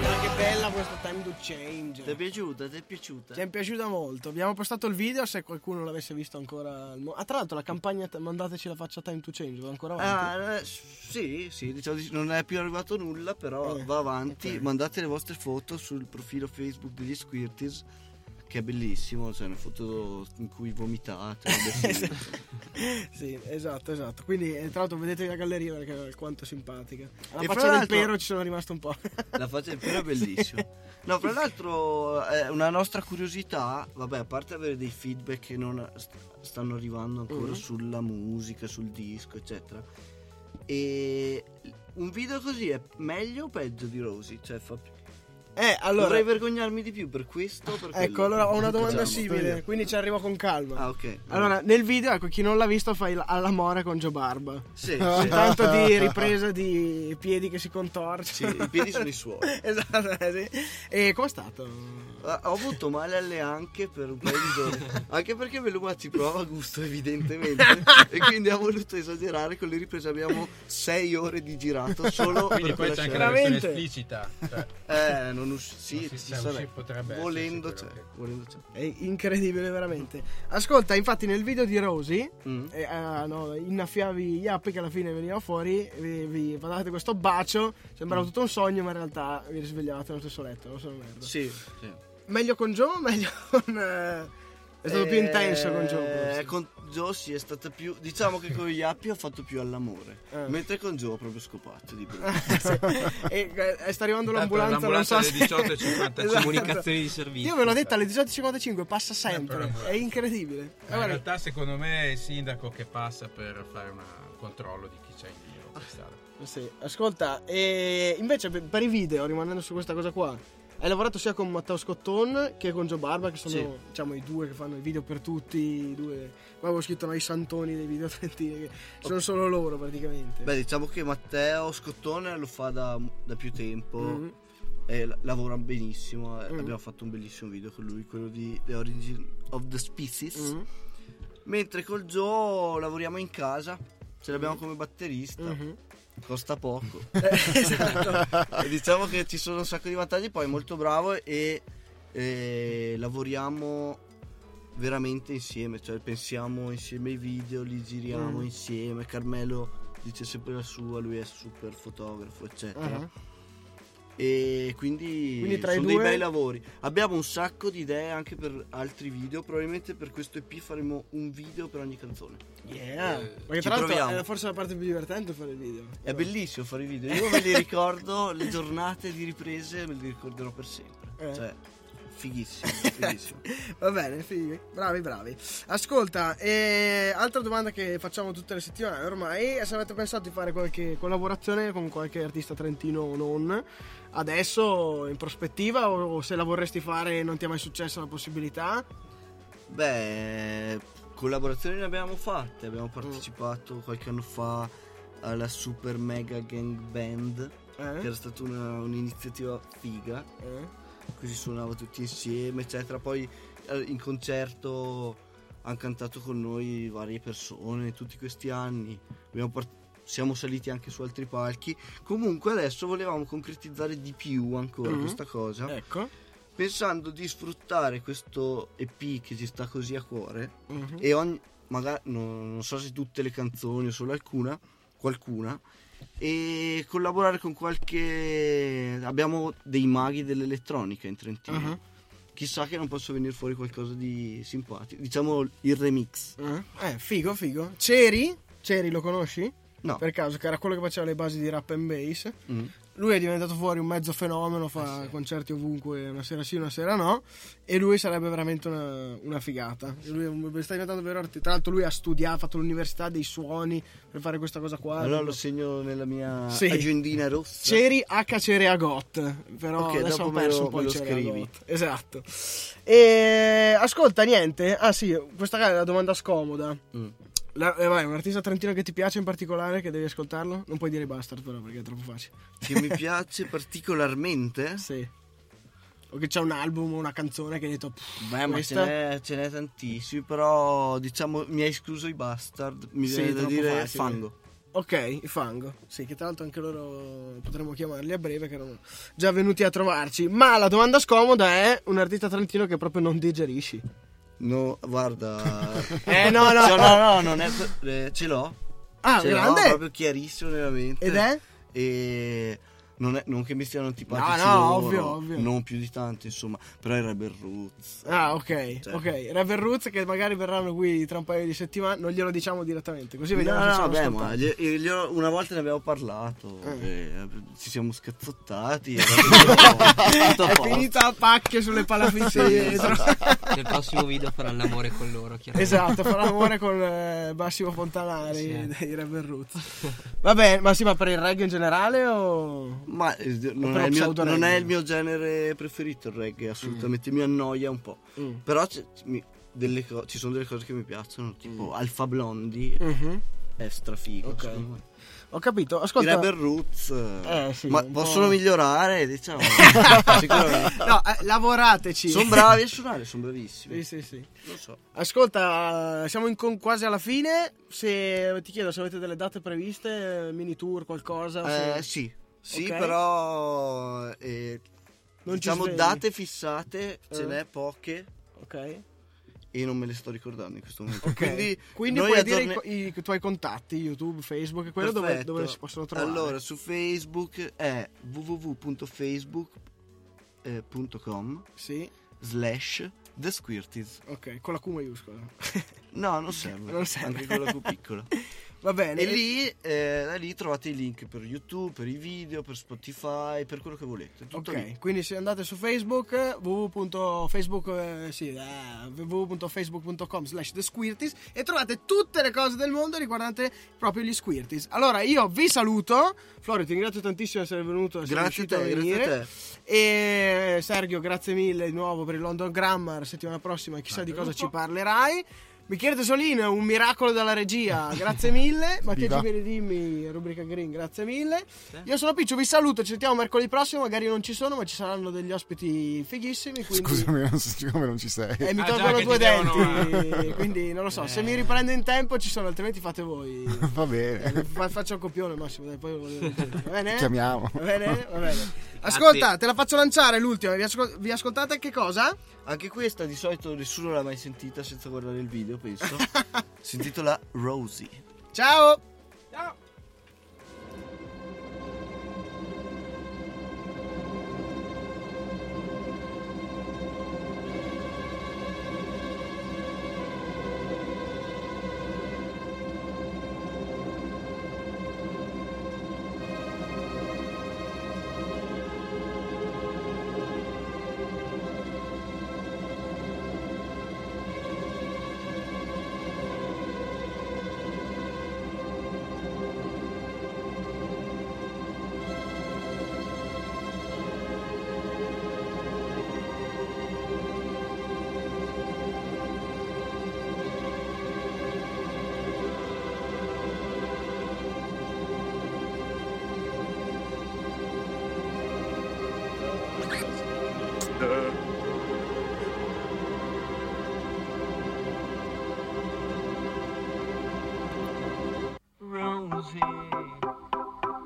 S3: Ma che bella questa time to change.
S8: Ti è piaciuta? Ti è piaciuta?
S3: Ci è piaciuta molto. Abbiamo postato il video. Se qualcuno l'avesse visto ancora. al mo- Ah, tra l'altro, la campagna t- Mandateci la faccia Time to Change. Va ancora avanti.
S8: Ah, eh, sì, sì, diciamo di- non è più arrivato nulla, però
S3: Eh,
S8: va avanti.
S3: ok.
S8: Mandate le vostre foto sul profilo Facebook degli Squirties, che è bellissimo, cioè una foto in cui vomitate. vabbè, sì.
S3: Sì, esatto, esatto. Quindi, eh, tra l'altro, vedetevi la galleria perché è quanto simpatica. Alla
S8: E fra
S3: faccia del
S8: l'altro-
S3: pero ci sono rimasto un po'.
S8: La faccia del pelo è bellissima. No, fra l'altro, eh, una nostra curiosità, vabbè, a parte avere dei feedback che non st- stanno arrivando ancora
S3: Mm.
S8: sulla musica, sul disco, eccetera. E un video così è meglio o peggio di Rosy? Cioè, fa-
S3: Eh, allora,
S8: Dovrei vergognarmi di più per questo. o Per
S3: ecco,
S8: quello?
S3: allora ho una domanda
S8: Facciamo.
S3: simile, quindi ci arrivo con calma.
S8: Ah, ok.
S3: Allora, nel video, ecco, chi non l'ha visto fa il, all'amore con Joe Barba.
S8: sì, sì,
S9: Ah.
S3: Tanto di ripresa di piedi che si
S8: sì,
S3: contorce.
S8: i piedi sono i suoi.
S3: esatto, eh, sì. E com'è stato?
S8: Ah, Ho avuto male alle anche per un paio di giorni. Anche perché Veluma ci prova a gusto, evidentemente. e quindi ha voluto esagerare con le riprese. Abbiamo 6 ore di girato solo
S9: Quindi
S8: per
S9: poi
S8: quella
S9: c'è anche
S8: scena.
S9: la versione
S3: Veramente?
S9: esplicita. Cioè,
S8: Eh, non usci. Sì,
S9: non si
S8: ci
S9: sa,
S8: sarà-
S9: usci- potrebbe
S8: volendo,
S9: esserci
S8: c'è,
S9: quello che-
S8: volendo c'è.
S3: È incredibile, veramente. Ascolta, infatti, nel video di Rosy,
S8: Mm.
S3: eh, ah, no, innaffiavi gli appi che alla fine veniva fuori, vi, vi mandavate questo bacio, sembrava tutto un sogno, ma in realtà vi risvegliavate nello stesso letto, non so merda.
S8: Sì,
S3: Meglio con Joe o meglio con... eh, È stato più
S8: Eh,
S3: intenso con Joe. forse?
S8: Con Joe sì, è stata più. Diciamo che con gli Yappi ho fatto più all'amore.
S3: Eh.
S8: Mentre con Joe ho proprio scopato di brutto.
S3: e, eh, sta arrivando
S7: Intanto
S3: l'ambulanza, non so
S7: l'ambulanza alle
S3: se- Esatto.
S7: 18.50,
S5: Comunicazioni di servizio.
S3: Io ve l'ho detto alle 18.55 passa sempre,
S9: Però-
S3: è incredibile.
S7: Ma Eh, in realtà, secondo me, è il sindaco che passa per fare una- un controllo di chi c'è in giro per strada.
S3: Sì, ascolta, e invece per per i video, rimanendo su questa cosa qua, hai lavorato sia con Matteo Scotton che con Gio Barba, che sono
S8: Sì.
S3: diciamo, i due che fanno i video per tutti, i due, qua avevo scritto no, i santoni dei video trentini, che sono solo loro praticamente.
S8: Beh, diciamo che Matteo Scottone lo fa da, da più tempo.
S3: Mm.
S8: E la- lavora benissimo. eh,
S3: Mm.
S8: Abbiamo fatto un bellissimo video con lui, quello di The Origin of the Species.
S3: Mm.
S8: Mentre col Joe lavoriamo in casa. Ce
S3: Mm-hmm.
S8: l'abbiamo come batterista.
S3: Mhm.
S8: Costa poco.
S3: Esatto.
S8: E diciamo che ci sono un sacco di vantaggi. Poi è molto bravo e, e lavoriamo veramente insieme. Cioè, pensiamo insieme ai video, li giriamo
S3: Mm.
S8: insieme. Carmelo dice sempre la sua, lui è super fotografo, eccetera.
S3: Ah,
S8: E quindi,
S3: Quindi tra i
S8: sono
S3: due-
S8: dei bei lavori. Abbiamo un sacco di idee anche per altri video. Probabilmente per questo EP faremo un video per ogni canzone.
S3: Yeah.
S8: Eh,
S3: Perché
S8: ci
S3: tra l'altro
S8: proviamo.
S3: è forse la parte più divertente fare il video.
S8: È bellissimo fare i video. Io me li ricordo, le giornate di riprese me li ricorderò per sempre.
S3: Eh.
S8: Cioè, fighissimo, fighissimo.
S3: Va bene, fighi. bravi, bravi. Ascolta, e altra domanda che facciamo tutte le settimane ormai è se avete pensato di fare qualche collaborazione con qualche artista trentino o non, adesso in prospettiva o se la vorresti fare e non ti è mai successa la possibilità?
S8: Beh, collaborazioni ne abbiamo fatte. Abbiamo partecipato qualche anno fa alla Super Mega Gang Band,
S3: Eh?
S8: che era stata una- un'iniziativa figa.
S3: Eh?
S8: Così suonava tutti insieme, eccetera. Poi eh, in concerto hanno cantato con noi varie persone tutti questi anni. Abbiamo part- siamo saliti anche su altri palchi. Comunque adesso volevamo concretizzare di più ancora
S3: Mhm.
S8: questa cosa.
S3: Ecco.
S8: Pensando di sfruttare questo EP che ci sta così a cuore
S3: Mhm. Mm-hmm.
S8: e ogni magari non, non so se tutte le canzoni o solo alcuna qualcuna e collaborare con qualche abbiamo dei maghi dell'elettronica in Trentino
S3: Mhm.
S8: chissà che non possa venire fuori qualcosa di simpatico diciamo il remix
S3: Eh, Eh, figo, figo. Ceri? Ceri lo conosci?
S8: no
S3: Per caso, che era quello che faceva le basi di rap and bass.
S8: Mm.
S3: Lui è diventato fuori un mezzo fenomeno, fa
S8: Eh,
S3: concerti ovunque, una sera sì, una sera no, e lui sarebbe veramente una, una figata. Lui è un- sta diventando vero artista. Tra l'altro lui ha studiato, ha fatto l'università dei suoni per fare questa cosa qua.
S8: allora lo segno nella mia
S3: Ah, Sì.
S8: agendina rossa
S3: Ceri H Cereagot, però
S8: Ok,
S3: adesso
S8: dopo
S3: ho
S8: me
S3: perso
S8: lo-
S3: un po'
S8: me
S3: il
S8: lo
S3: Cereagot.
S8: scrivi.
S3: Esatto. E ascolta, niente. Ah sì, questa qua è la domanda scomoda.
S8: Mm.
S3: La- eh, vai, un artista trentino che ti piace in particolare, che devi ascoltarlo? Non puoi dire bastard però perché è troppo facile.
S8: che mi piace particolarmente
S3: Sì. O che c'è un album o una canzone che hai detto. "Pff,
S8: Beh, ma ce
S3: questa-
S8: n'è, ce n'è tantissimi, però diciamo mi ha escluso i bastard, mi
S3: Sì,
S8: viene da
S3: troppo
S8: dire
S3: facile.
S8: fango.
S3: Ok, i fango. Sì, che tra l'altro anche loro potremmo chiamarli a breve, che erano già venuti a trovarci. Ma la domanda scomoda è un artista trentino che proprio non digerisci.
S8: No, guarda.
S3: Eh, no, no.
S8: Cioè, no, no, non è. eh, ce l'ho.
S3: Ah,
S8: ce
S3: grande!
S8: l'ho proprio chiarissimo nella mente.
S3: Ed è?
S8: E. Non, è- non che mi stiano antipatici
S3: No, no,
S8: loro,
S3: ovvio, ovvio.
S8: Non più di tanto, insomma. Però era Rebel Roots.
S3: Ah, ok,
S8: Cioè.
S3: ok. Rapper Roots che magari verranno qui tra un paio di settimane, non glielo diciamo direttamente, così vediamo
S8: no,
S3: se
S8: no,
S3: ci sono
S8: vabbè, ma
S3: ascoltati.
S8: gli- gli ho- una volta ne abbiamo parlato.
S3: Eh.
S8: eh, ci siamo scazzottati. e adesso- tutto a
S3: È
S8: posto.
S3: finita a pacche sulle palafitte dietro.
S5: Nel prossimo video farà l'amore con loro, chiaramente.
S3: Esatto, farà amore con eh, Massimo Fontanari
S5: Sì.
S3: dei Rebel Roots. Va bene, ma sì, ma per il reggae in generale o...
S8: Ma eh, non,
S3: però
S8: è il mio,
S3: pseudo
S8: non è
S3: reggae.
S8: il mio genere preferito il reggae, assolutamente, mi annoia un po'.
S3: Mm.
S8: Però c- mi- delle co- ci sono delle cose che mi piacciono, tipo Alfa Blondi
S3: Mhm.
S8: è strafigo.
S3: Mm. Ok.
S8: secondo me.
S3: Ho capito,
S8: I
S3: ascolta...
S8: Rebel Roots eh,
S3: Eh, sì,
S8: ma
S3: un po'.
S8: possono migliorare, diciamo. sicuramente.
S3: No, eh, lavorateci.
S8: Sono bravi a suonare, sono bravissimi.
S3: Sì, sì, sì.
S8: Non so.
S3: Ascolta, siamo in con- quasi alla fine. Se ti chiedo se avete delle date previste, eh, mini tour, qualcosa. se-
S8: Eh, sì, sì,
S3: Ok.
S8: però eh,
S3: Non ci
S8: diciamo
S3: svegli.
S8: date fissate, ce
S3: Eh.
S8: n'è poche
S3: Ok.
S8: e non me le sto ricordando in questo momento.
S3: Ok. Quindi,
S8: Quindi, noi
S3: puoi
S8: aggiorni-
S3: dire i, i tuoi contatti, YouTube, Facebook, e quello dove,
S8: Perfetto.
S3: dove si possono trovare.
S8: Allora, su Facebook è www.facebook.com
S3: Sì,
S8: eh, slash The Squirties.
S3: ok, con la Q maiuscola.
S8: No, non serve.
S3: Non serve.
S8: Anche quella più piccola.
S3: Va bene.
S8: e lì, eh, da lì trovate i link per YouTube, per i video, per Spotify, per quello che volete. Tutto
S3: Ok,
S8: lì.
S3: quindi se andate su Facebook www.facebook eh, sì, eh, www.facebook.com slash The Squirties e trovate tutte le cose del mondo riguardanti proprio gli Squirties. Allora io vi saluto, Florio ti ringrazio tantissimo di essere venuto, essere
S8: Grazie a
S3: riuscito
S8: te,
S3: a venire.
S8: grazie a te.
S3: E Sergio, grazie mille di nuovo per il London Grammar. Settimana prossima, chissà di cosa ci parlerai. Michele Tesolino, è un miracolo dalla regia, grazie mille. Mattia
S4: Viva.
S3: Gimere Dimmi, rubrica Green, grazie mille. Io sono Piccio, vi saluto, ci sentiamo mercoledì prossimo, magari non ci sono, ma ci saranno degli ospiti fighissimi. Quindi...
S4: Scusami, non so siccome non ci sei.
S3: E mi
S7: Ah, già,
S3: tolgono
S7: che
S3: due
S7: ti devono-
S3: denti, quindi non lo so, se
S7: Eh.
S3: mi riprende in tempo ci sono, altrimenti fate voi.
S4: Va bene,
S3: Fa- Faccio un copione Massimo, dai, poi lo voglio vedere. Va bene?
S4: chiamiamo.
S3: Va bene, va bene. Ascolta, te la faccio lanciare l'ultima. Vi, ascol- vi ascoltate che cosa?
S8: Anche questa di solito nessuno l'ha mai sentita senza guardare il video, penso. si intitola Rosie.
S3: Ciao!
S6: Rosie,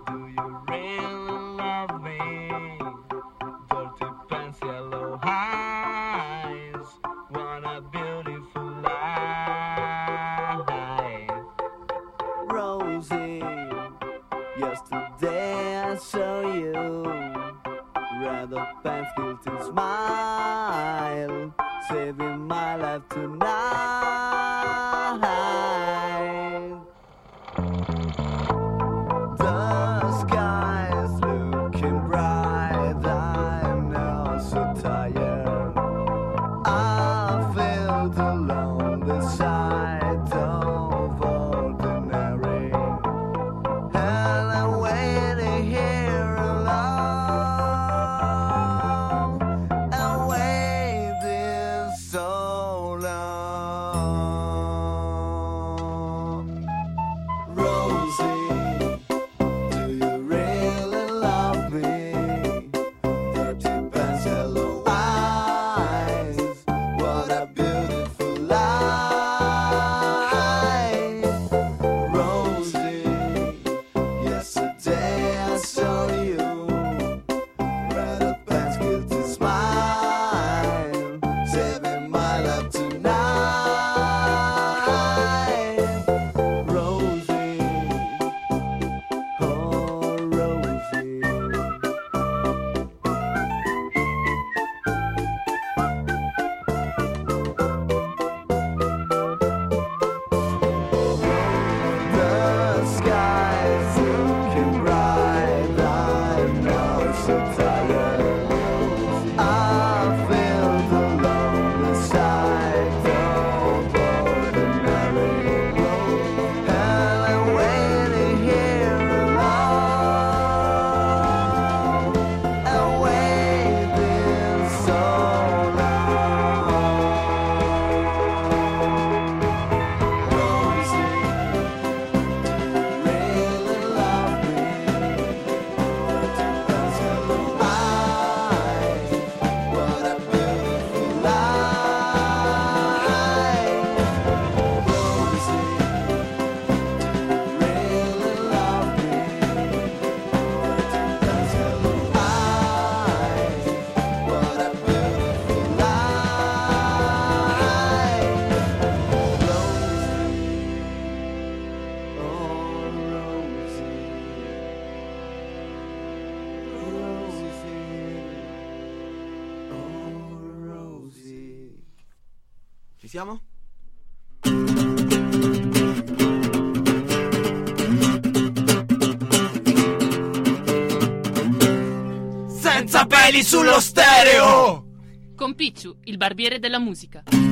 S6: do you really love me? Dirty pants, yellow eyes. What a beautiful life. Rosie, yesterday I saw you. Red up pants, guilty smile. Saving my life tonight. The sky's looking bright. I'm now so tired. I feel the lonely side of ordinary. And I'm waiting here alone. I'm waiting so long. Rosie. Do you really love me? Dirty pants, yellow eyes. What a beautiful life.
S8: Ci siamo?
S1: Senza peli sullo stereo!
S2: Con Picciu, il barbiere della musica.